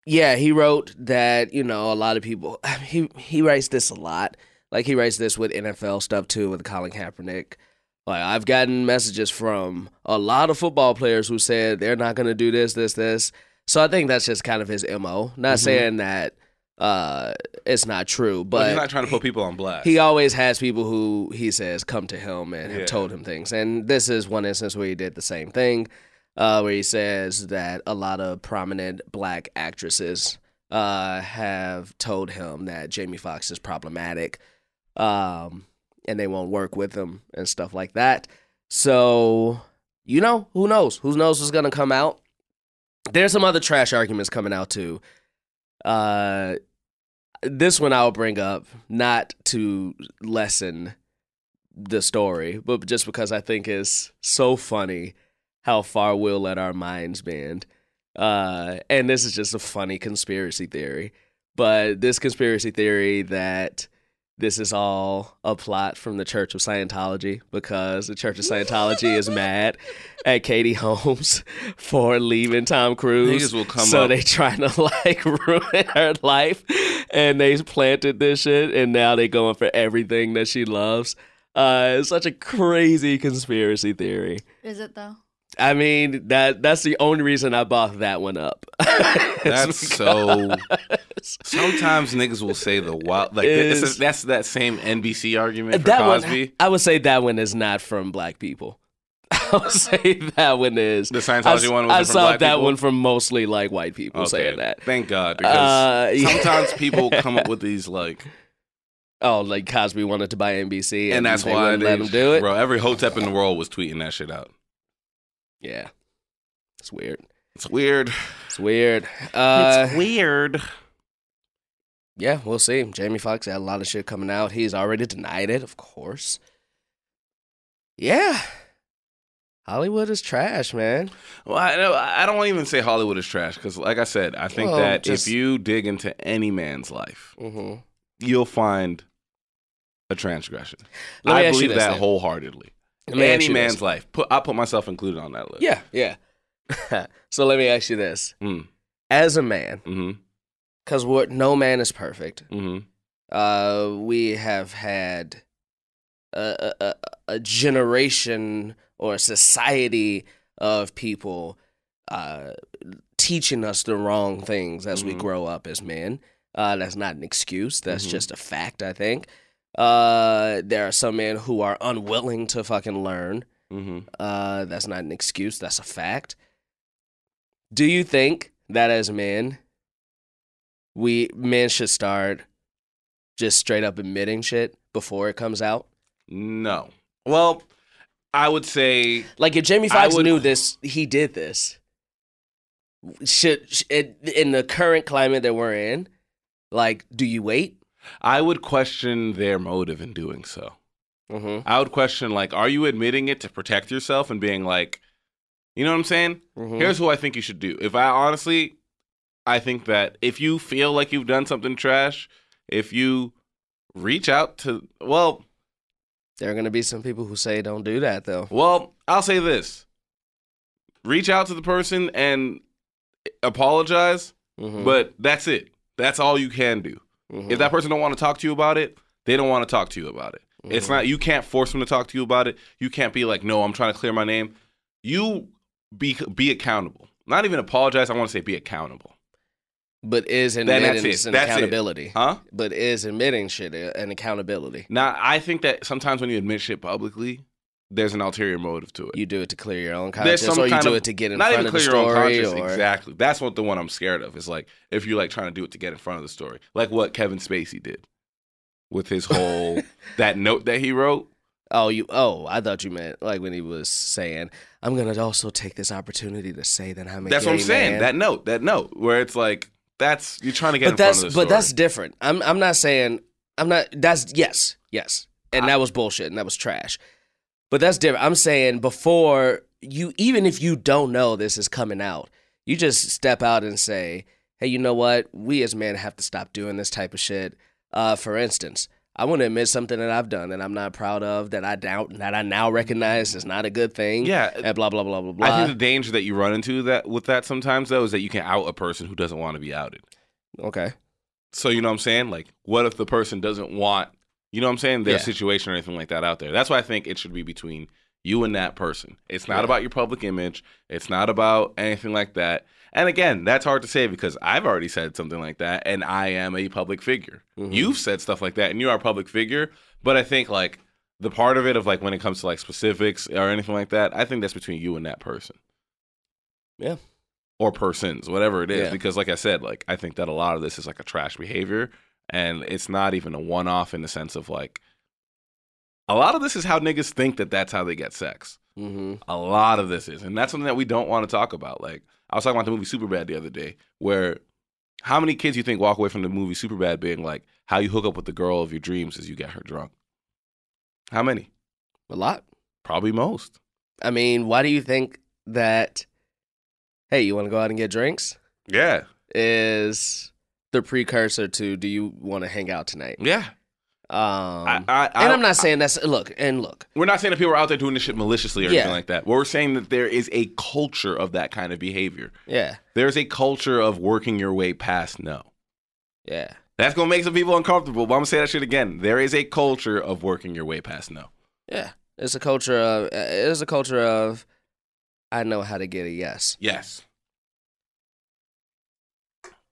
Speaker 4: yeah, he wrote that. You know, a lot of people. He he writes this a lot. Like he writes this with NFL stuff too, with Colin Kaepernick. Like I've gotten messages from a lot of football players who said they're not going to do this, this, this. So I think that's just kind of his mo. Not
Speaker 3: Mhm.
Speaker 4: saying that uh it's not true,
Speaker 3: But
Speaker 4: but
Speaker 3: he's not trying to put people on blast.
Speaker 4: he always has people who he says come to him and
Speaker 3: Yeah.
Speaker 4: have told him things. And this is one instance where he did the same thing, uh, where he says that a lot of prominent black actresses uh, have told him that Jamie Foxx is problematic um, and they won't work with him and stuff like that. So, you know, who knows? Who knows what's going to come out? There's some other trash arguments coming out too. Uh, this one I'll bring up, not to lessen the story, but just because I think it's so funny how far we'll let our minds bend. Uh, and this is just a funny conspiracy theory. But this conspiracy theory that this is all a plot from the Church of Scientology because the Church of Scientology is mad at Katie Holmes for leaving Tom Cruise.
Speaker 3: Niggas will come
Speaker 4: so
Speaker 3: up-
Speaker 4: they trying to like ruin her life, and they planted this shit, and now they going for everything that she loves. Uh, it's such a crazy conspiracy theory.
Speaker 5: Is it though?
Speaker 4: I mean that that's the only reason I bought that one up.
Speaker 3: That's so.
Speaker 4: Because-
Speaker 3: Sometimes niggas will say the wild. Like it's
Speaker 4: Is-
Speaker 3: a, that's that same NBC argument for
Speaker 4: that
Speaker 3: Cosby.
Speaker 4: one. I would say that one is not from black people. I would say that one is.
Speaker 3: the
Speaker 4: I,
Speaker 3: Scientology
Speaker 4: s-
Speaker 3: one. Was
Speaker 4: I
Speaker 3: from
Speaker 4: saw
Speaker 3: black
Speaker 4: that
Speaker 3: people?
Speaker 4: one from mostly like white people
Speaker 3: Okay,
Speaker 4: saying that.
Speaker 3: Thank God, because
Speaker 4: Uh, yeah.
Speaker 3: sometimes people come up with these like,
Speaker 4: Oh, like Cosby wanted to buy NBC, and,
Speaker 3: and that's
Speaker 4: they
Speaker 3: why
Speaker 4: wouldn't
Speaker 3: they
Speaker 4: let him do it.
Speaker 3: Bro, every hotep in the world was tweeting that shit out.
Speaker 4: Yeah, it's weird.
Speaker 3: It's weird.
Speaker 4: It's weird. Uh,
Speaker 3: weird.
Speaker 4: Yeah, we'll see. Jamie Foxx had a lot of shit coming out. He's already denied it, of course. Yeah. Hollywood is trash, man.
Speaker 3: Well, I, know- I don't even say Hollywood is trash because, like I said, I think
Speaker 4: Well,
Speaker 3: that
Speaker 4: just-
Speaker 3: if you dig into any man's life,
Speaker 4: Mm-hmm.
Speaker 3: you'll find a transgression.
Speaker 4: Let me
Speaker 3: I
Speaker 4: ask you
Speaker 3: believe
Speaker 4: this,
Speaker 3: that
Speaker 4: then.
Speaker 3: wholeheartedly.
Speaker 4: Let me ask
Speaker 3: Any
Speaker 4: you
Speaker 3: man's
Speaker 4: this.
Speaker 3: life. Put I put myself included on that list.
Speaker 4: Yeah, yeah. so let me ask you this:
Speaker 3: Mm,
Speaker 4: as a man,
Speaker 3: mm-hmm.
Speaker 4: because what no man is perfect.
Speaker 3: Mm-hmm.
Speaker 4: Uh, we have had a, a- a, a generation or a society of people uh, teaching us the wrong things as we
Speaker 3: Mhm.
Speaker 4: grow up as men. Uh, that's not an excuse. That's
Speaker 3: Mhm.
Speaker 4: just a fact. I think uh, there are some men who are unwilling to fucking learn.
Speaker 3: Mm-hmm.
Speaker 4: Uh, that's not an excuse. That's a fact. Do you think that as men, we men should start just straight up admitting shit before it comes out?
Speaker 3: No. Well, I would say
Speaker 4: Like if Jamie
Speaker 3: I
Speaker 4: Foxx
Speaker 3: would-
Speaker 4: knew this, he did this. Should sh- in in the current climate that we're in, like, do you wait?
Speaker 3: I would question their motive in doing so.
Speaker 4: Mm-hmm.
Speaker 3: I would question like, are you admitting it to protect yourself and being like, you know what I'm saying?
Speaker 4: mm-hmm.
Speaker 3: Here's who I think you should do. If I honestly, I think that if you feel like you've done something trash, if you reach out to, well,
Speaker 4: There are gonna be some people who say don't do that though.
Speaker 3: well, I'll say this: reach out to the person and apologize,
Speaker 4: Mhm.
Speaker 3: but that's it. That's all you can do.
Speaker 4: Mhm.
Speaker 3: If that person don't want to talk to you about it, they don't want to talk to you about it. It's
Speaker 4: Mhm.
Speaker 3: not you can't force them to talk to you about it. You can't be like, "No, I'm trying to clear my name." You be be accountable. Not even apologize. I want to say be accountable.
Speaker 4: but is
Speaker 3: that's
Speaker 4: admitting
Speaker 3: it.
Speaker 4: is an
Speaker 3: That's it.
Speaker 4: accountability.
Speaker 3: Huh?
Speaker 4: but is admitting shit an accountability.
Speaker 3: Now, I think that sometimes when you admit shit publicly, there's an ulterior motive to it.
Speaker 4: You do it to clear your own
Speaker 3: There's
Speaker 4: conscience, or you do it to get in
Speaker 3: not
Speaker 4: front
Speaker 3: even
Speaker 4: of the
Speaker 3: clear your own
Speaker 4: story,
Speaker 3: conscience,
Speaker 4: or
Speaker 3: exactly. That's what the one I'm scared of is like if you're like trying to do it to get in front of the story, like what Kevin Spacey did with his whole that note that he wrote.
Speaker 4: oh, you oh, I thought you meant like when he was saying, "I'm gonna also take this opportunity to say that I'm a
Speaker 3: That's what I'm
Speaker 4: gay
Speaker 3: saying.
Speaker 4: man."
Speaker 3: That note, that note, where it's like that's you're trying to get in
Speaker 4: but that's
Speaker 3: front of the
Speaker 4: but
Speaker 3: story.
Speaker 4: that's different. I'm I'm not saying I'm not. That's yes, yes, and that was bullshit and that was trash. But that's different. I'm saying before you, even if you don't know this is coming out, you just step out and say, "Hey, you know what? We as men have to stop doing this type of shit." Uh, for instance, I want to admit something that I've done that I'm not proud of that I doubt that I now recognize is not a good thing.
Speaker 3: Yeah.
Speaker 4: and blah blah blah blah blah.
Speaker 3: I think the danger that you run into that with that sometimes though is that you can out a person who doesn't want to be outed.
Speaker 4: okay.
Speaker 3: So you know what I'm saying? Like, what if the person doesn't want, you know what I'm saying, their
Speaker 4: Yeah.
Speaker 3: situation or anything like that out there? That's why I think it should be between you and that person. It's not
Speaker 4: Yeah.
Speaker 3: about your public image. It's not about anything like that. And again, that's hard to say because I've already said something like that, and I am a public figure.
Speaker 4: Mhm.
Speaker 3: You've said stuff like that, and you are a public figure. But I think like the part of it of like when it comes to like specifics or anything like that, I think that's between you and that person.
Speaker 4: Yeah.
Speaker 3: Or persons, whatever it is.
Speaker 4: Yeah.
Speaker 3: Because like I said, like I think that a lot of this is like a trash behavior and it's not even a one off in the sense of like a lot of this is how niggas think that that's how they get sex.
Speaker 4: Mm-hmm.
Speaker 3: A lot of this is. And that's something that we don't want to talk about. Like I was talking about the movie Superbad the other day where how many kids you think walk away from the movie Superbad being like how you hook up with the girl of your dreams is you get her drunk? How many?
Speaker 4: A lot.
Speaker 3: Probably most.
Speaker 4: I mean, why do you think that? Hey, you want to go out and get drinks?
Speaker 3: Yeah.
Speaker 4: Is the precursor to do you want to hang out tonight?
Speaker 3: Yeah.
Speaker 4: Um,
Speaker 3: I, I,
Speaker 4: and
Speaker 3: I-
Speaker 4: I'm not saying that's look and look.
Speaker 3: We're not saying that people are out there doing this shit maliciously or
Speaker 4: Yeah.
Speaker 3: anything like that. We're saying that there is a culture of that kind of behavior.
Speaker 4: Yeah,
Speaker 3: There's a culture of working your way past no.
Speaker 4: yeah.
Speaker 3: That's gonna make some people uncomfortable, but I'm gonna say that shit again. There is a culture of working your way past no.
Speaker 4: Yeah, it's a culture of. uh, It's a culture of. I know how to get a yes.
Speaker 3: Yes,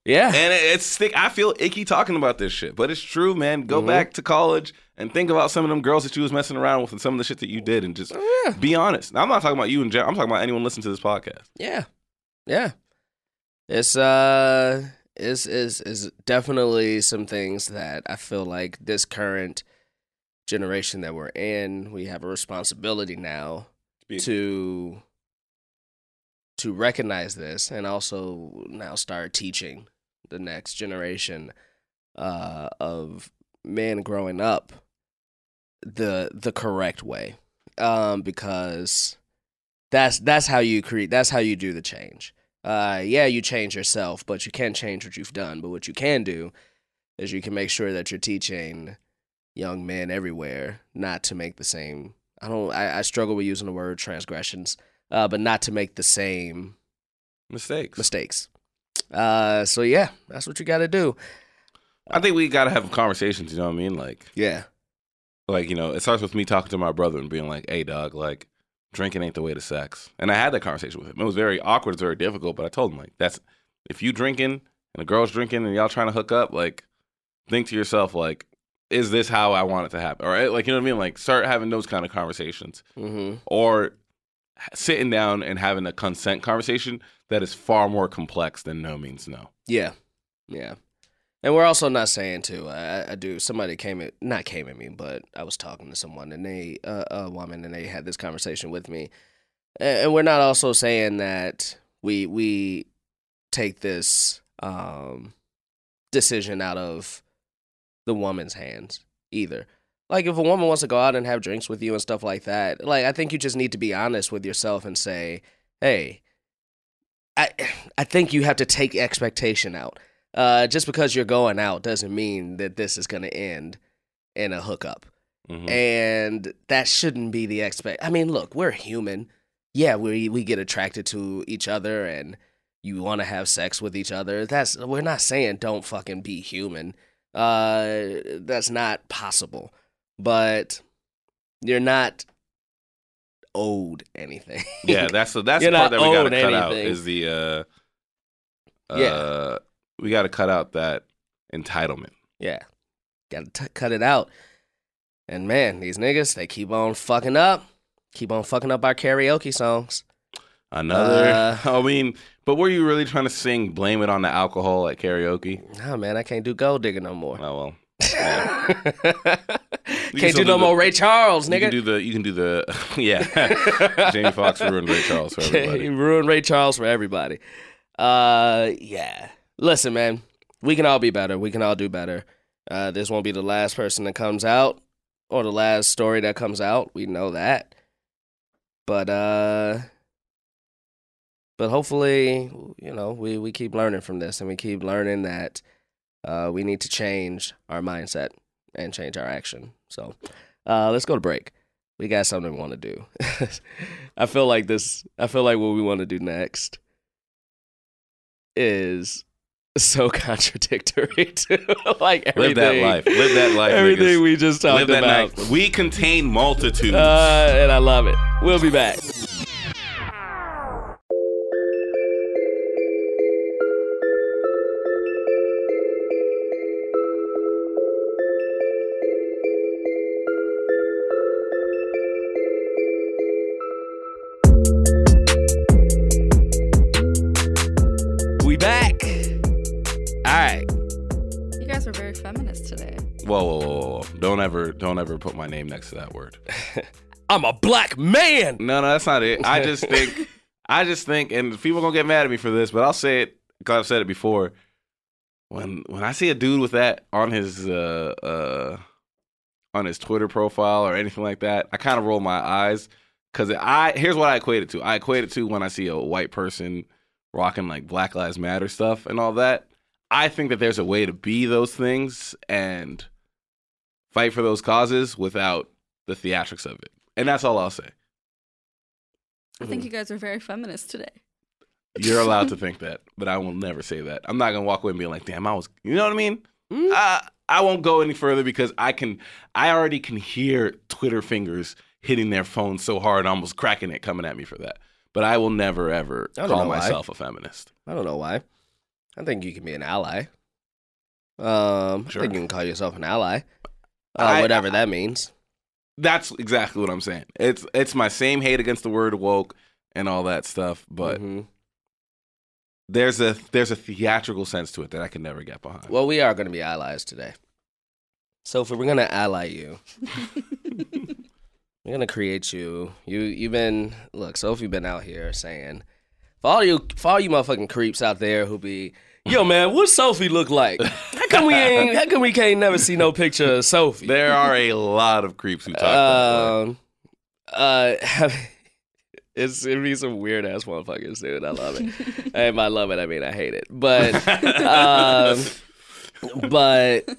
Speaker 4: Yeah,
Speaker 3: and it, it's sick. I feel icky talking about this shit, but it's true, man. Go
Speaker 4: Mhm.
Speaker 3: back to college and think about some of them girls that you was messing around with and some of the shit that you did, and just
Speaker 4: Oh, yeah,
Speaker 3: be honest. Now, I'm not talking about you in general. I'm talking about anyone listening to this podcast.
Speaker 4: yeah, yeah. It's uh, it's is is definitely some things that I feel like this current generation that we're in, we have a responsibility now to to recognize this and also now start teaching the next generation uh, of men growing up the the correct way um, because That's that's how you create. That's how you do the change. Uh, yeah, you change yourself, but you can't change what you've done. But what you can do is you can make sure that you're teaching young men everywhere not to make the same. I don't. I, I struggle with using the word transgressions, uh, but not to make the same
Speaker 3: Mistakes.
Speaker 4: mistakes. Uh, so yeah, that's what you got to do.
Speaker 3: I think we gotta have conversations. You know what I mean? Like,
Speaker 4: Yeah,
Speaker 3: like you know, it starts with me talking to my brother and being like, "Hey, dog, like, drinking ain't the way to sex." And I had that conversation with him. It was very awkward. It's very difficult. But I told him like, "That's if you drinking and the girl's drinking and y'all trying to hook up, like, think to yourself like." Is this how I want it to happen? All right, like you know what I mean. Like start having those kind of conversations,
Speaker 4: mm-hmm.
Speaker 3: or sitting down and having a consent conversation that is far more complex than no means no.
Speaker 4: yeah, yeah. And we're also not saying too. I, I- I do. Somebody came at not came at me, but I was talking to someone and they uh, a woman and they had this conversation with me. A- And we're not also saying that we we take this um decision out of the woman's hands either. Like if a woman wants to go out and have drinks with you and stuff like that, like I think you just need to be honest with yourself and say, "Hey, I I think you have to take expectation out. Uh, just because you're going out doesn't mean that this is going to end in a hookup,
Speaker 3: Mhm.
Speaker 4: and that shouldn't be the expect. I mean, look, we're human. Yeah, we we get attracted to each other, and you want to have sex with each other. That's we're not saying don't fucking be human. Uh, that's not possible. But you're not owed anything.
Speaker 3: Yeah, that's the that's
Speaker 4: You're
Speaker 3: the part
Speaker 4: not
Speaker 3: that we gotta
Speaker 4: owed
Speaker 3: cut out
Speaker 4: anything.
Speaker 3: is the uh, uh
Speaker 4: Yeah.
Speaker 3: we gotta cut out that entitlement.
Speaker 4: Yeah. Gotta t- cut it out. And man, these niggas, they keep on fucking up. Keep on fucking up our karaoke songs.
Speaker 3: Another
Speaker 4: Uh,
Speaker 3: I mean, but were you really trying to sing blame it on the alcohol at karaoke?
Speaker 4: Nah, man, I can't do gold digger no
Speaker 3: Oh
Speaker 4: more.
Speaker 3: well.
Speaker 4: can't
Speaker 3: still
Speaker 4: do no
Speaker 3: do
Speaker 4: more
Speaker 3: the-
Speaker 4: Ray Charles,
Speaker 3: You can
Speaker 4: nigga.
Speaker 3: do the you can do the yeah. Jamie Foxx ruined Ray Charles for
Speaker 4: he
Speaker 3: everybody.
Speaker 4: ruined Ray Charles for everybody. Uh, yeah. Listen, man, we can all be better. We can all do better. Uh, this won't be the last person that comes out or the last story that comes out. We know that. But uh, but hopefully, you know, we we keep learning from this and we keep learning that uh, we need to change our mindset and change our action. So uh, let's go to break we got something we want to do. I feel like this. I feel like what we want to do next is so contradictory to like
Speaker 3: Live that
Speaker 4: everything.
Speaker 3: life. Live that life.
Speaker 4: Everything
Speaker 3: niggas.
Speaker 4: we just talked
Speaker 3: Live that
Speaker 4: about.
Speaker 3: life. We contain multitudes.
Speaker 4: Uh, and I love it. We'll be back. We back. All right.
Speaker 5: You guys were very feminist today.
Speaker 3: whoa, whoa, whoa, whoa, whoa. Don't ever don't ever put my name next to that word.
Speaker 4: I'm a black man.
Speaker 3: No, no, that's not it. I just think, I just think, and people gonna get mad at me for this, but I'll say it because I've said it before. When when I see a dude with that on his uh, uh on his Twitter profile or anything like that, I kind of roll my eyes because I here's what I equate it to. I equate it to when I see a white person rocking like Black Lives Matter stuff and all that. I think that there's a way to be those things and fight for those causes without the theatrics of it. And that's all I'll say.
Speaker 5: I
Speaker 3: Mm-hmm.
Speaker 5: think you guys were very feminist today.
Speaker 3: You're allowed to think that, but I will never say that. I'm not gonna walk away and be like, "Damn, I was," you know what I mean?
Speaker 4: Mm.
Speaker 3: Uh, I won't go any further because I can, I already can hear Twitter fingers hitting their phone so hard, almost cracking it, coming at me for that. But I will never ever
Speaker 4: I don't
Speaker 3: call
Speaker 4: know why.
Speaker 3: myself a feminist.
Speaker 4: I don't know why. I think you can be an ally. Um,
Speaker 3: Sure.
Speaker 4: I think you can call yourself an ally, uh,
Speaker 3: I-
Speaker 4: whatever that means.
Speaker 3: That's exactly what I'm saying. It's it's my same hate against the word woke and all that stuff, but
Speaker 4: Mhm.
Speaker 3: there's a there's a theatrical sense to it that I can never get behind.
Speaker 4: well, we are going to be allies today. So if we're going to ally you, we're going to create you. You you've been look, Sophie been out here saying for all you for all you motherfucking creeps out there who be yo man, what Sophie look like? How come we ain't? How come we can't never see no picture of Sophie?
Speaker 3: there are a lot of creeps who talk. that way.
Speaker 4: Um, uh, Um, It's it'd be some weird ass motherfuckers, dude. I love it. and by love it, I mean I hate it. But Oh, um, but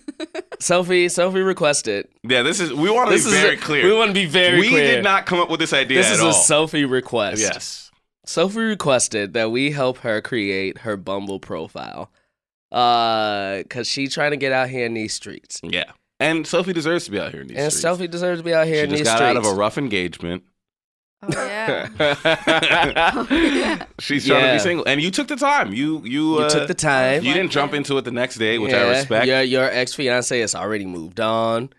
Speaker 4: Sophie, Sophie requested.
Speaker 3: yeah, this is we want to be
Speaker 4: This is
Speaker 3: very clear.
Speaker 4: We want to be very
Speaker 3: We
Speaker 4: clear.
Speaker 3: did not come up with this idea
Speaker 4: This
Speaker 3: at
Speaker 4: is
Speaker 3: all.
Speaker 4: a Sophie request.
Speaker 3: yes.
Speaker 4: Sophie requested that we help her create her Bumble profile. Uh, cause she trying to get out here in these streets,
Speaker 3: Yeah. And Sophie deserves to be out here in these
Speaker 4: and
Speaker 3: streets.
Speaker 4: Sophie deserves to be out here
Speaker 3: she
Speaker 4: in
Speaker 3: just
Speaker 4: these
Speaker 3: got
Speaker 4: streets.
Speaker 3: out of a rough engagement.
Speaker 5: Oh yeah.
Speaker 3: She's trying to
Speaker 4: Yeah.
Speaker 3: be single, and you took the time. You you,
Speaker 4: you
Speaker 3: uh,
Speaker 4: took the time.
Speaker 3: You didn't jump into it the next day, which I
Speaker 4: Yeah,
Speaker 3: respect.
Speaker 4: Your your ex fiance has already moved on.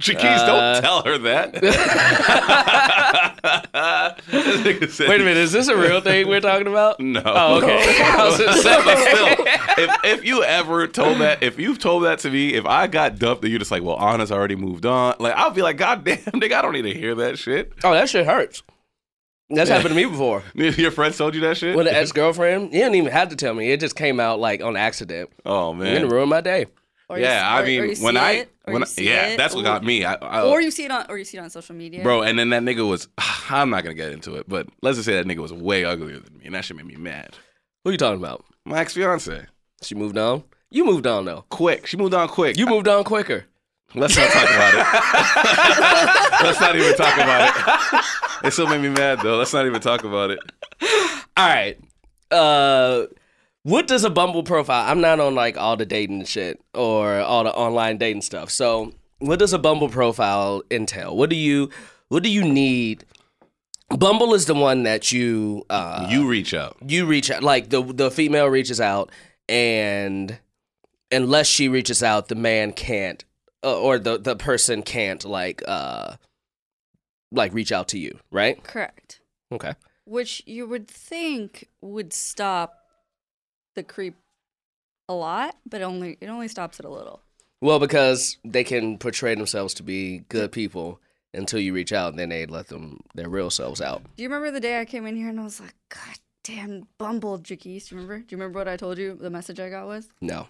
Speaker 3: Jaquez,
Speaker 4: Uh,
Speaker 3: don't tell her that. This nigga said-
Speaker 4: Wait a minute, is this a real thing we're talking about?
Speaker 3: No.
Speaker 4: Oh, okay. I was
Speaker 3: but
Speaker 4: just
Speaker 3: still,
Speaker 4: saying.
Speaker 3: if, if you ever told that, if you've told that to me, if I got dumped, and you're just like, well, Anna's already moved on. Like, I'll be like, God damn, nigga, I don't need to hear that shit.
Speaker 4: Oh, that shit hurts. That's happened to me before.
Speaker 3: Your friends told you that shit?
Speaker 4: With an ex girlfriend, you didn't even have to tell me. It just came out like on accident.
Speaker 3: oh,
Speaker 4: You're gonna
Speaker 3: man.
Speaker 4: ruin my day.
Speaker 5: Or you
Speaker 3: Yeah,
Speaker 5: s-
Speaker 3: I
Speaker 5: or- or
Speaker 3: mean,
Speaker 5: you
Speaker 3: when
Speaker 5: see
Speaker 3: I,
Speaker 5: it, or
Speaker 3: when
Speaker 5: you
Speaker 3: I-
Speaker 5: see
Speaker 3: yeah,
Speaker 5: it,
Speaker 3: that's what
Speaker 5: or-
Speaker 3: got me. I, I,
Speaker 5: Or you see it on, or you see it on social media,
Speaker 3: Bro, and then that nigga was, I'm not gonna get into it, but let's just say that nigga was way uglier than me, and that shit made me mad.
Speaker 4: Who you talking about?
Speaker 3: My ex fiance.
Speaker 4: She moved on. You moved on though.
Speaker 3: Quick. She moved on quick.
Speaker 4: You moved on quicker.
Speaker 3: Let's not talk about it. Let's not even talk about it. It still made me mad though. Let's not even talk about it.
Speaker 4: All right. Uh, what does a Bumble profile? I'm not on like all the dating shit or all the online dating stuff. So, what does a Bumble profile entail? What do you What do you need? Bumble is the one that you uh,
Speaker 3: you reach out.
Speaker 4: you reach out like the the female reaches out and unless she reaches out the man can't uh, or the the person can't like uh like reach out to you right
Speaker 5: correct?
Speaker 4: okay
Speaker 5: Which you would think would stop the creep a lot, but only it only stops it a little.
Speaker 4: well because they can portray themselves to be good people until you reach out and then they let them their real selves out
Speaker 5: Do you remember the day I came in here and I was like, God damn, Bumble, Jaquise? Do you remember? Do you remember what I told you? The message I got was,
Speaker 4: no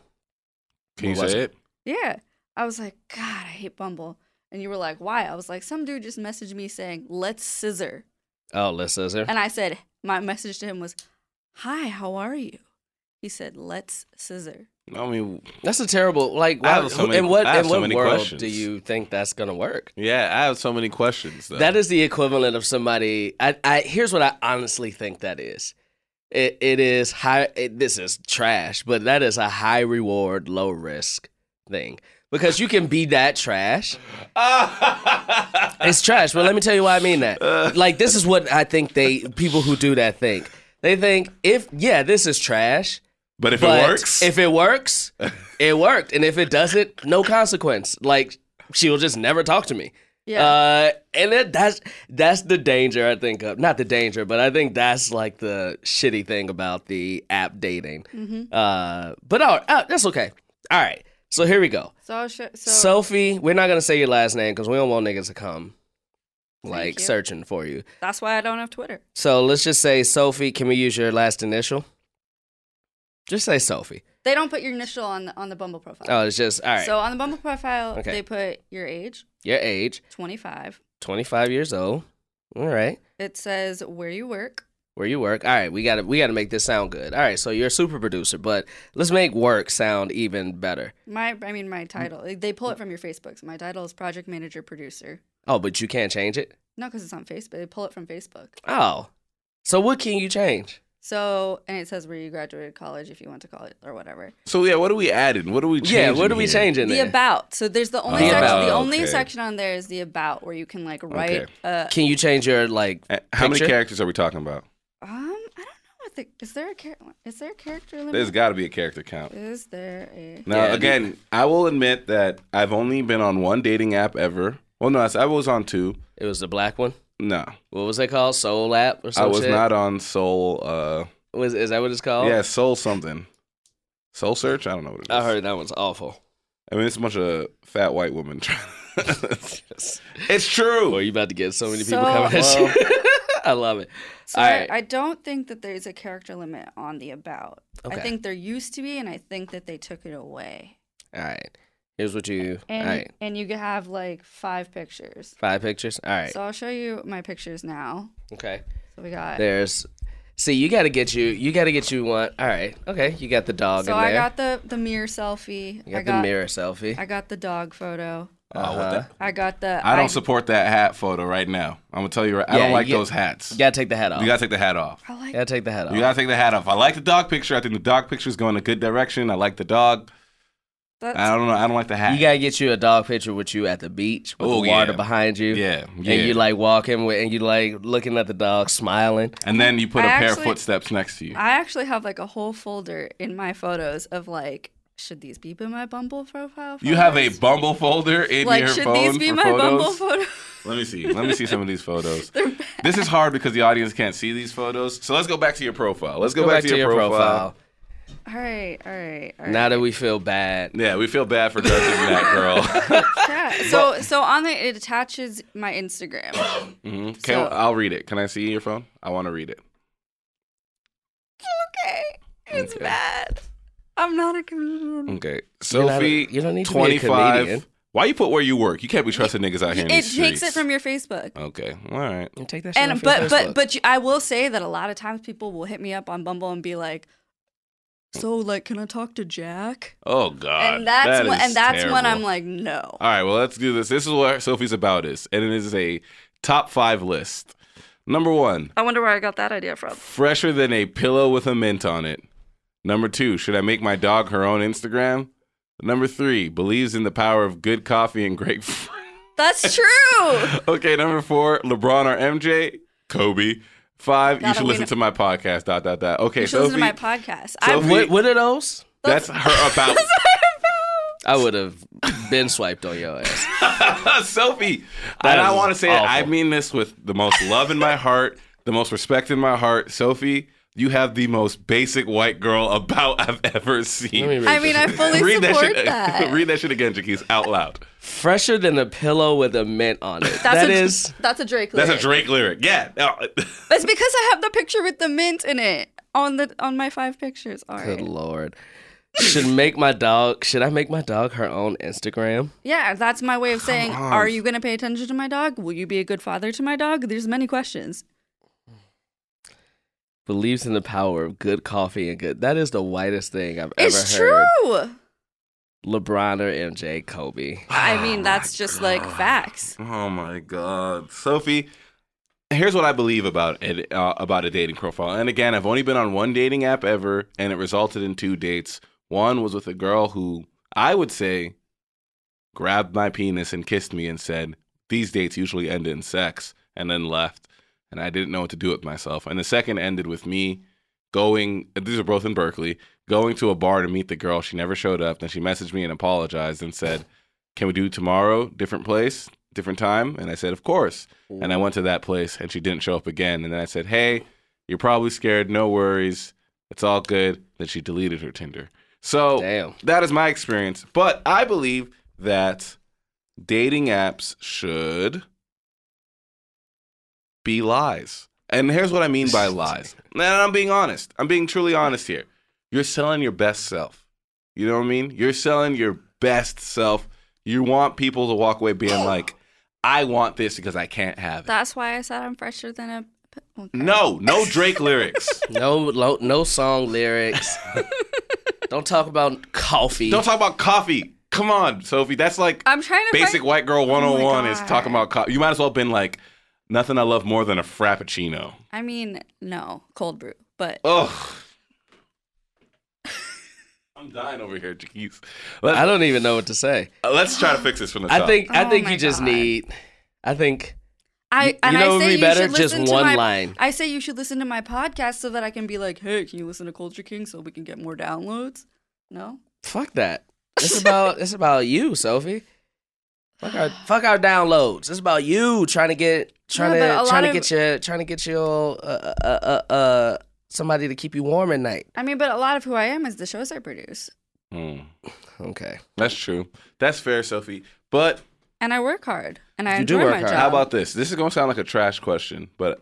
Speaker 3: Can you
Speaker 4: What was
Speaker 3: say it?
Speaker 5: yeah. I was like, God, I hate Bumble. And you were like, why? I was like, some dude just messaged me saying, let's scissor.
Speaker 4: oh let's scissor
Speaker 3: Uh,
Speaker 5: And I said, my message to him was, hi, how are you? He said, let's scissor.
Speaker 3: I mean,
Speaker 4: that's a terrible like
Speaker 3: I
Speaker 4: why,
Speaker 3: have so many-
Speaker 4: in what
Speaker 3: I have
Speaker 4: in
Speaker 3: so
Speaker 4: what
Speaker 3: many
Speaker 4: world
Speaker 3: questions.
Speaker 4: do you think that's gonna work
Speaker 3: yeah, I have so many questions though.
Speaker 4: That is the equivalent of somebody. I, I here's what I honestly think that is. It, it is high. It, this is trash, but that is a high reward, low risk thing because you can be that trash. It's trash, but let me tell you why I mean that. Like this is what I think they people who do that think. They think if yeah, this is trash.
Speaker 3: but if
Speaker 4: but
Speaker 3: it works,
Speaker 4: if it works, it worked, and if it doesn't, no consequence. Like she will just never talk to me.
Speaker 5: Yeah.
Speaker 4: Uh, and it, that's that's the danger I think of. Not the danger, but I think that's like the shitty thing about the app dating.
Speaker 5: Mm-hmm.
Speaker 4: Uh, but all right, uh, that's okay. All right, so here we go.
Speaker 5: so, I was sh- so,
Speaker 4: Sophie, we're not gonna say your last name because we don't want niggas to come like
Speaker 5: you.
Speaker 4: searching for you.
Speaker 5: that's why I don't have Twitter.
Speaker 4: So let's just say Sophie. Can we use your last initial? Just say Sophie.
Speaker 5: They don't put your initial on the, on the Bumble profile.
Speaker 4: Oh, it's just all right.
Speaker 5: So on the Bumble profile,
Speaker 4: Okay.
Speaker 5: they put your age,
Speaker 4: your age,
Speaker 5: 25.
Speaker 4: 25 years old. All right.
Speaker 5: It says where you work.
Speaker 4: Where you work. All right, we got to we got to make this sound good. All right, so you're a super producer, but let's make work sound even better.
Speaker 5: My, I mean, my title.
Speaker 4: Mm.
Speaker 5: Like, They pull it from your Facebooks. My title is project manager producer.
Speaker 4: Oh, but you can't change it.
Speaker 5: No, because it's on Facebook. They pull it from Facebook.
Speaker 4: Oh. So what can you change?
Speaker 5: So, and it says where you graduated college, if you went to college or whatever.
Speaker 3: so yeah, what are we adding? What are we? Changing
Speaker 4: yeah, what are we
Speaker 3: here?
Speaker 4: changing
Speaker 5: The
Speaker 4: there?
Speaker 5: about. So there's the only
Speaker 4: The
Speaker 5: section.
Speaker 4: about,
Speaker 5: The only
Speaker 3: okay.
Speaker 5: section on there is the about, where you can like write.
Speaker 3: Okay.
Speaker 5: Uh,
Speaker 4: can you change your like
Speaker 3: Uh, How many
Speaker 4: Picture?
Speaker 3: characters are we talking about?
Speaker 5: um, I don't know what the is there a character? Is there a character limit?
Speaker 3: There's got to be a character count.
Speaker 5: Is there a?
Speaker 3: Now,
Speaker 4: Yeah.
Speaker 3: again, I will admit that I've only been on one dating app ever. Well, no, I s- I was on two.
Speaker 4: it was the black one?
Speaker 3: No,
Speaker 4: What was that called? Soul app or
Speaker 3: I
Speaker 4: something?
Speaker 3: was not on Soul. Uh,
Speaker 4: Was is that what it's called?
Speaker 3: Yeah, Soul something. Soul Search? I don't know what it is.
Speaker 4: I heard that one's awful.
Speaker 3: I mean, it's a bunch of fat white women trying. it's true.
Speaker 4: Boy, you about to get so many people
Speaker 5: So-
Speaker 4: coming at you. I love it.
Speaker 5: So
Speaker 4: All
Speaker 5: I-
Speaker 4: right.
Speaker 5: I don't think that there's a character limit on the about.
Speaker 4: Okay.
Speaker 5: I think there used to be, and I think that they took it away.
Speaker 4: All right. Here's what you
Speaker 5: And
Speaker 4: All right.
Speaker 5: and you could have like five pictures.
Speaker 4: Five pictures. All right.
Speaker 5: So I'll show you my pictures now.
Speaker 4: okay.
Speaker 5: So what we got.
Speaker 4: There's. See, you got to get you. You got to get you one. All right. Okay. You got the dog
Speaker 5: So
Speaker 4: in
Speaker 5: I
Speaker 4: there.
Speaker 5: got the the mirror selfie.
Speaker 4: you got
Speaker 5: I
Speaker 4: the mirror selfie.
Speaker 5: I got the dog photo.
Speaker 3: Oh, what the-
Speaker 5: I got the.
Speaker 3: I don't support that hat photo right now. I'm gonna tell you, right, I
Speaker 4: Yeah,
Speaker 3: don't like
Speaker 4: you-
Speaker 3: those hats.
Speaker 4: you gotta take the hat off.
Speaker 3: you gotta take the hat off.
Speaker 5: I
Speaker 4: You
Speaker 5: like.
Speaker 4: gotta take the hat off.
Speaker 3: You gotta take the hat off. I like the dog picture. I think the dog picture is going a good direction. I like the dog.
Speaker 5: That's,
Speaker 3: I don't know. I don't like the hat.
Speaker 4: You gotta get you a dog picture with you at the beach with
Speaker 3: Oh,
Speaker 4: the water
Speaker 3: yeah.
Speaker 4: behind you.
Speaker 3: yeah, yeah.
Speaker 4: And you like walking with, and you like looking at the dog, smiling.
Speaker 3: And then you put a
Speaker 5: I
Speaker 3: pair of
Speaker 5: actually-
Speaker 3: footsteps next to you.
Speaker 5: I actually have like a whole folder in my photos of like, should these be in my Bumble profile?
Speaker 3: You have a
Speaker 5: photos?
Speaker 3: Bumble folder in
Speaker 5: like,
Speaker 3: your
Speaker 5: should
Speaker 3: phone
Speaker 5: these be
Speaker 3: for
Speaker 5: my Bumble
Speaker 3: photos.
Speaker 5: photo?
Speaker 3: Let me see. Let me see some of these photos.
Speaker 5: They're bad.
Speaker 3: This is hard because the audience can't see these photos. So let's go back to your profile. Let's go, back, to, your, profile.
Speaker 5: all right, all right, all right.
Speaker 4: Now that we feel bad,
Speaker 3: Yeah, we feel bad for judging that girl.
Speaker 5: Yeah, So so on the it attaches my Instagram.
Speaker 3: hmm Can,
Speaker 5: So-
Speaker 3: I'll read it. Can I see your phone? I want to read it.
Speaker 5: okay, it's
Speaker 3: Okay.
Speaker 5: bad. I'm not a comedian.
Speaker 3: Okay.
Speaker 4: not a-
Speaker 3: Sophie,
Speaker 4: you don't need to be a
Speaker 3: 25.
Speaker 4: comedian.
Speaker 3: Why you put where you work? You can't be trusting niggas out here in
Speaker 5: It
Speaker 3: these
Speaker 5: takes it
Speaker 3: streets.
Speaker 5: from your Facebook.
Speaker 3: Okay. All right.
Speaker 4: you take that. Shit
Speaker 5: and
Speaker 4: off
Speaker 5: but
Speaker 4: your
Speaker 5: but
Speaker 4: Facebook.
Speaker 5: but you, I will say that a lot of times people will hit me up on Bumble and be like, "So like, can I talk to Jack?"
Speaker 3: Oh God.
Speaker 5: and that's
Speaker 3: That
Speaker 5: when
Speaker 3: is
Speaker 5: and that's when
Speaker 3: terrible.
Speaker 5: I'm like, "No."
Speaker 3: All right, well, let's do this. This is what Sophie's about is, and it is a top five list. Number one,
Speaker 5: I wonder where I got that idea from.
Speaker 3: fresher than a pillow with a mint on it. Number two, should I make my dog her own Instagram? Number three, believes in the power of good coffee and great. fr-
Speaker 5: That's true.
Speaker 3: okay, number four, LeBron or MJ? Kobe. Five, you
Speaker 5: Gotta
Speaker 3: should listen
Speaker 5: win-
Speaker 3: to my podcast. Dot dot dot. Okay,
Speaker 5: you should
Speaker 3: Sophie,
Speaker 5: listen to my podcast.
Speaker 3: Sophie-
Speaker 5: I
Speaker 4: what, what are those?
Speaker 3: that's her about.
Speaker 4: I would have been swiped on your ass.
Speaker 3: Sophie.
Speaker 4: That
Speaker 3: and I
Speaker 4: is
Speaker 3: want to say
Speaker 4: awful.
Speaker 3: I mean this with the most love in my heart, the most respect in my heart. Sophie, you have the most basic white girl about I've ever seen.
Speaker 4: Let me read
Speaker 5: I mean, I
Speaker 4: this.
Speaker 5: fully
Speaker 3: that
Speaker 5: support
Speaker 3: shit.
Speaker 5: that.
Speaker 3: read that shit again, Jaquise, out loud.
Speaker 4: fresher than a pillow with a mint on it.
Speaker 5: that's
Speaker 4: That
Speaker 5: a,
Speaker 4: is
Speaker 5: that's a Drake.
Speaker 3: That's a
Speaker 5: lyric.
Speaker 3: Drake lyric. Yeah. No.
Speaker 5: It's because I have the picture with the mint in it on the on my five pictures. All right.
Speaker 4: good lord. Should make my dog. Should I make my dog her own Instagram?
Speaker 5: Yeah, that's my way of saying,
Speaker 3: on.
Speaker 5: are you going to pay attention to my dog? Will you be a good father to my dog? There's many questions.
Speaker 4: Believes in the power of good coffee and good. That is the whitest thing I've
Speaker 5: it's
Speaker 4: ever heard.
Speaker 3: Oh
Speaker 5: true.
Speaker 4: LeBron or MJ, Kobe.
Speaker 5: I mean, that's just like facts.
Speaker 3: Oh my God, Sophie. Here's what I believe about it, uh, about a dating profile. And again, I've only been on one dating app ever, and it resulted in two dates. One was with a girl who I would say grabbed my penis and kissed me and said, "These dates usually end in sex," and then left. And I didn't know what to do with myself. And the second ended with me going. These are both in Berkeley. Going to a bar to meet the girl. She never showed up. Then she messaged me and apologized and said, can we do tomorrow different place different time and i said of course and i went to that place and she didn't show up again and then i said hey you're probably scared no worries it's all good then she deleted her tinder so
Speaker 4: Damn.
Speaker 3: that is my experience but i believe that dating apps should be lies and here's what i mean by lies and i'm being honest i'm being truly honest here you're selling your best self you know what I mean? You're selling your best self. You want people to walk away being like, I want this because I can't have it.
Speaker 5: That's why I said I'm fresher than a. p- okay.
Speaker 3: no, no Drake lyrics.
Speaker 4: No, lo- no song lyrics. Don't talk about coffee.
Speaker 3: Don't talk about coffee. Come on, Sophie. That's like
Speaker 5: I'm trying to.
Speaker 3: basic
Speaker 5: find-
Speaker 3: white girl 101
Speaker 5: Oh my
Speaker 3: is
Speaker 5: God.
Speaker 3: talking about coffee. You might as well have been like, nothing I love more than a frappuccino.
Speaker 5: I mean, no, cold brew, but
Speaker 3: Ugh. I'm dying over here, jeez.
Speaker 4: I
Speaker 3: Let's,
Speaker 4: don't even know what to say.
Speaker 3: let's try to fix this from the top.
Speaker 4: I think. I
Speaker 5: Oh
Speaker 4: think
Speaker 5: my
Speaker 4: you just
Speaker 5: God.
Speaker 4: need. I think.
Speaker 5: I and
Speaker 4: you know
Speaker 5: I
Speaker 4: what
Speaker 5: say
Speaker 4: would be
Speaker 5: you
Speaker 4: better?
Speaker 5: should
Speaker 4: Just
Speaker 5: listen to
Speaker 4: one
Speaker 5: my-
Speaker 4: line.
Speaker 5: I say you should listen to my podcast so that I can be like, hey, can you listen to Culture King so we can get more downloads? No,
Speaker 4: Fuck that. It's about. it's about you, Sophie. Fuck our. Fuck our downloads. It's about you trying to get. Trying
Speaker 5: No, but a
Speaker 4: to.
Speaker 5: lot
Speaker 4: Trying to
Speaker 5: of-
Speaker 4: get your. Trying to get your. Uh, uh, uh, uh, somebody to keep you warm at night.
Speaker 5: I mean, but a lot of who I am is the shows I produce,
Speaker 3: Hmm.
Speaker 4: Okay.
Speaker 3: that's true. That's fair, Sophie. But
Speaker 5: and I work hard, and I
Speaker 4: You do
Speaker 5: enjoy
Speaker 4: work
Speaker 5: my
Speaker 4: hard.
Speaker 5: job.
Speaker 3: How about this? This is gonna sound like a trash question, but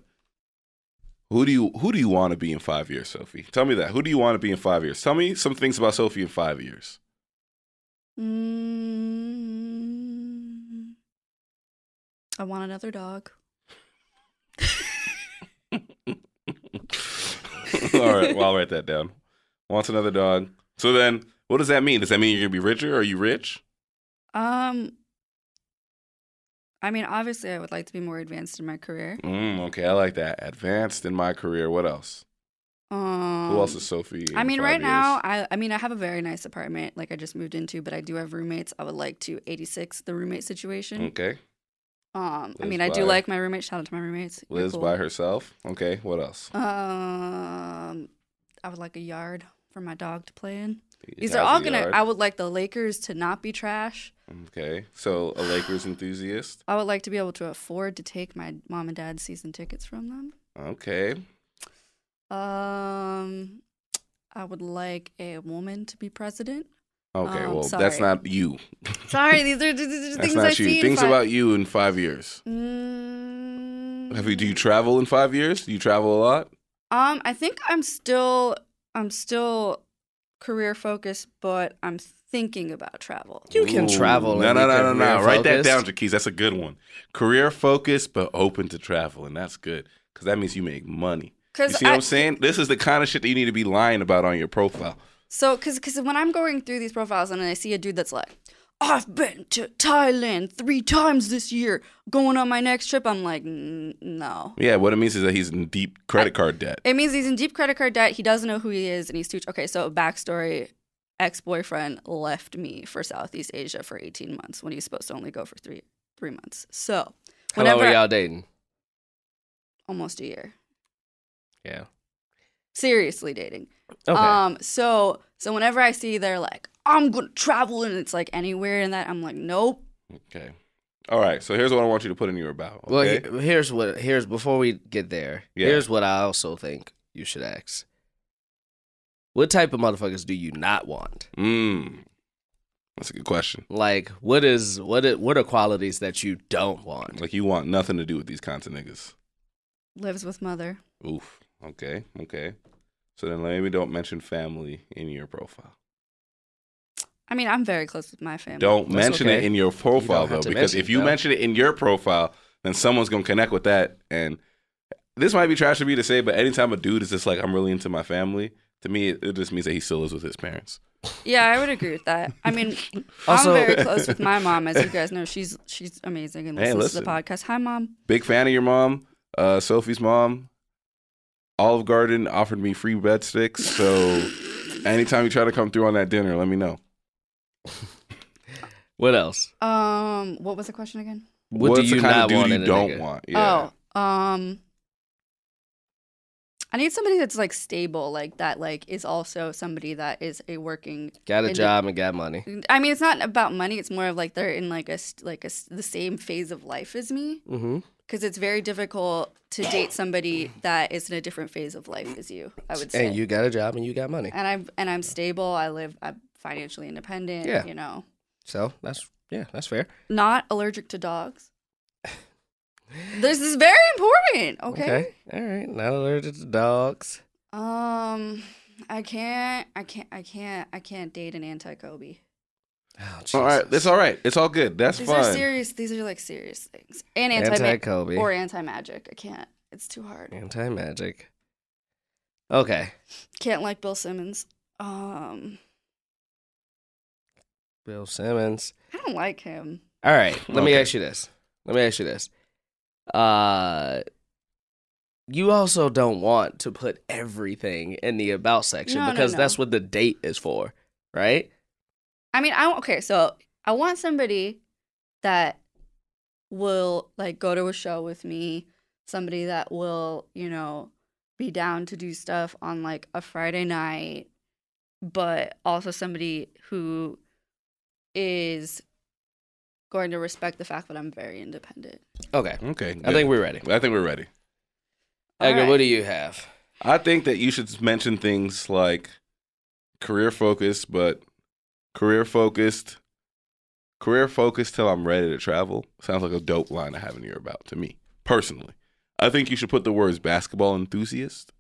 Speaker 3: who do you who do you want to be in five years, Sophie? Tell me that. Who do you want to be in five years? Tell me some things about Sophie in five years.
Speaker 5: Mm, I want another dog.
Speaker 3: All right, well, I'll write that down. Wants another dog. So then, what does that mean? Does that mean you're gonna be richer? Are you rich?
Speaker 5: Um, I mean, obviously, I would like to be more advanced in my career.
Speaker 3: Mm, okay, I like that. Advanced in my career. What else?
Speaker 5: Um,
Speaker 3: Who else is Sophie? in
Speaker 5: I mean,
Speaker 3: five
Speaker 5: right
Speaker 3: years?
Speaker 5: now, I, I mean, I have a very nice apartment, like I just moved into, but I do have roommates. I would like to 86 the roommate situation.
Speaker 3: Okay,
Speaker 5: Um, I
Speaker 3: Mm. Liz
Speaker 5: mean, I do
Speaker 3: by-
Speaker 5: like my roommates. Shout out to my roommates. You're
Speaker 3: Liz
Speaker 5: cool.
Speaker 3: by herself. Okay, what else?
Speaker 5: Um, I would like a yard for my dog to play in. These
Speaker 3: How's
Speaker 5: are all
Speaker 3: the
Speaker 5: gonna.
Speaker 3: yard?
Speaker 5: I would like the Lakers to not be trash.
Speaker 3: Okay, so a Lakers enthusiast.
Speaker 5: I would like to be able to afford to take my mom and dad's season tickets from them.
Speaker 3: Okay,
Speaker 5: Um, I would like a woman to be president.
Speaker 3: okay.
Speaker 5: Um,
Speaker 3: well,
Speaker 5: sorry.
Speaker 3: that's not you.
Speaker 5: Sorry, these are these are just
Speaker 3: That's
Speaker 5: things
Speaker 3: not
Speaker 5: I
Speaker 3: you.
Speaker 5: see.
Speaker 3: Things about you in five years.
Speaker 5: Mm,
Speaker 3: Have you? Do you travel in five years? Do you travel a lot?
Speaker 5: Um, I think I'm still I'm still career focused, but I'm thinking about travel.
Speaker 4: You can
Speaker 3: Ooh.
Speaker 4: travel
Speaker 3: No,
Speaker 4: and
Speaker 3: no,
Speaker 4: be
Speaker 3: no, no, no.
Speaker 4: career
Speaker 3: Write that down,
Speaker 4: focused.
Speaker 3: Jaquise. That's a good one. Career focused, but open to travel, and that's good because that means you make money. You
Speaker 5: Cause
Speaker 3: see what
Speaker 5: I,
Speaker 3: I'm saying? This is the kind of shit that you need to be lying about on your profile.
Speaker 5: So, because cause when I'm going through these profiles and I see a dude that's like, I've been to Thailand three times this year, going on my next trip, I'm like, "N- no.
Speaker 3: Yeah, what it means is that he's in deep credit card debt.
Speaker 5: It means he's in deep credit card debt. He doesn't know who he is, and he's too. Okay, so backstory: ex-boyfriend left me for Southeast Asia for 18 months when he's supposed to only go for three three months. So,
Speaker 4: How long
Speaker 5: whenever
Speaker 4: were y'all dating?
Speaker 5: almost a year,
Speaker 4: Yeah.
Speaker 5: seriously dating.
Speaker 4: Okay.
Speaker 5: Um. So so whenever I see they're like, I'm gonna travel, and it's like anywhere in that, I'm like, nope.
Speaker 3: Okay. All right. So here's what I want you to put in your about.
Speaker 4: Well,
Speaker 3: Okay?
Speaker 4: he- here's what here's before we get there.
Speaker 3: Yeah.
Speaker 4: Here's what I also think you should ask. What type of motherfuckers do you not want?
Speaker 3: Mm. That's a good question.
Speaker 4: Like, what is what? It, what are qualities that you don't want?
Speaker 3: Like you want nothing to do with these kinds of niggas.
Speaker 5: Lives with mother.
Speaker 3: Oof. Okay. Okay. So then maybe don't mention family in your profile.
Speaker 5: I mean, I'm very close with my family.
Speaker 3: Don't
Speaker 4: That's
Speaker 3: mention it
Speaker 4: okay.
Speaker 3: in your profile
Speaker 4: have
Speaker 3: though,
Speaker 4: to
Speaker 3: because
Speaker 4: mention
Speaker 3: if
Speaker 4: it,
Speaker 3: you
Speaker 4: though.
Speaker 3: mention it in your profile, then someone's gonna connect with that. And this might be trash for me to say, but anytime a dude is just like, "I'm really into my family," to me, it, it just means that he still lives with his parents.
Speaker 5: Yeah, I would agree with that. I mean,
Speaker 4: Also-
Speaker 5: I'm very close with my mom, as you guys know. She's she's amazing and
Speaker 3: Hey,
Speaker 5: listens to the
Speaker 3: listen.
Speaker 5: podcast. Hi, mom.
Speaker 3: Big fan of your mom, uh, Sophie's mom. Olive Garden offered me free breadsticks, so anytime you try to come through on that dinner, let me know.
Speaker 4: What else?
Speaker 5: Um, what was the question again?
Speaker 4: What
Speaker 3: What's
Speaker 4: do you
Speaker 3: the kind
Speaker 4: not
Speaker 3: of dude
Speaker 4: want?
Speaker 3: you
Speaker 4: in a
Speaker 3: don't
Speaker 4: nigga?
Speaker 3: want? Yeah.
Speaker 5: Oh, um, I need somebody that's like stable, like that, like is also somebody that is a working.
Speaker 4: Got a
Speaker 5: And-
Speaker 4: job and got money.
Speaker 5: I mean, it's not about money. It's more of like they're in like a s- like a, s- the same phase of life as me,
Speaker 4: Mm-hmm.
Speaker 5: because it's very difficult to date somebody that is in a different phase of life as you. I would say.
Speaker 4: And you got a job and you got money.
Speaker 5: and I'm and I'm stable. I live. I'm financially independent.
Speaker 4: Yeah.
Speaker 5: You know,
Speaker 4: So that's yeah, that's fair.
Speaker 5: not allergic to dogs. this is very important. Okay?
Speaker 4: All right. Not allergic to dogs.
Speaker 5: Um, I can't. I can't. I can't. I can't date an anti Kobe.
Speaker 4: Oh,
Speaker 3: All right,
Speaker 4: Jesus.
Speaker 3: it's all right. It's all good. That's
Speaker 5: These
Speaker 3: fine.
Speaker 5: are serious. These are like serious things. And anti
Speaker 4: Anti-Kobe.
Speaker 5: or anti magic. I can't. It's too hard.
Speaker 4: Anti magic. Okay.
Speaker 5: Can't like Bill Simmons. Um,
Speaker 4: Bill Simmons.
Speaker 5: I don't like him.
Speaker 4: All right. Let me
Speaker 3: Okay.
Speaker 4: ask you this. Let me ask you this. Uh you also don't want to put everything in the about section
Speaker 5: No, no,
Speaker 4: because
Speaker 5: no.
Speaker 4: that's what the date is for, right?
Speaker 5: I mean, I okay. So I want somebody that will like go to a show with me. Somebody that will, you know, be down to do stuff on like a Friday night, but also somebody who is going to respect the fact that I'm very independent.
Speaker 4: Okay.
Speaker 3: Okay.
Speaker 4: I think we're ready.
Speaker 3: we- I think we're ready.
Speaker 5: All
Speaker 4: Edgar,
Speaker 5: right.
Speaker 4: what do you have?
Speaker 3: I think that you should mention things like career focused, but career focused, career focused till I'm ready to travel. Sounds like a dope line to have in your about to me personally. I think you should put the words basketball enthusiast.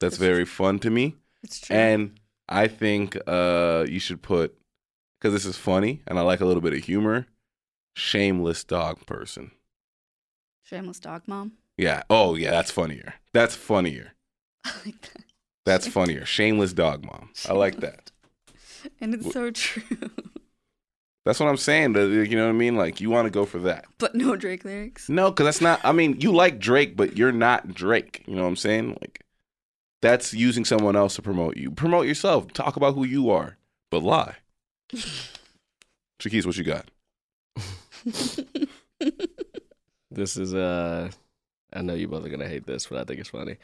Speaker 3: That's very fun to me.
Speaker 5: It's true.
Speaker 3: And I think uh, you should put, because this is funny and I like a little bit of humor, shameless dog person.
Speaker 5: Shameless dog mom.
Speaker 3: Yeah. Oh, yeah. That's funnier. That's funnier.
Speaker 5: I like that.
Speaker 3: That's funnier. Shameless dog mom. I like that.
Speaker 5: And it's so true.
Speaker 3: That's what I'm saying. the- the- You know what I mean? Like you want to go for that.
Speaker 5: but no Drake lyrics.
Speaker 3: No, because that's not. I mean, you like Drake, but you're not Drake. You know what I'm saying? Like that's using someone else to promote you. Promote yourself. Talk about who you are, but lie. Shaquise, what you got?
Speaker 4: This is uh I know you both are gonna hate this, but I think it's funny.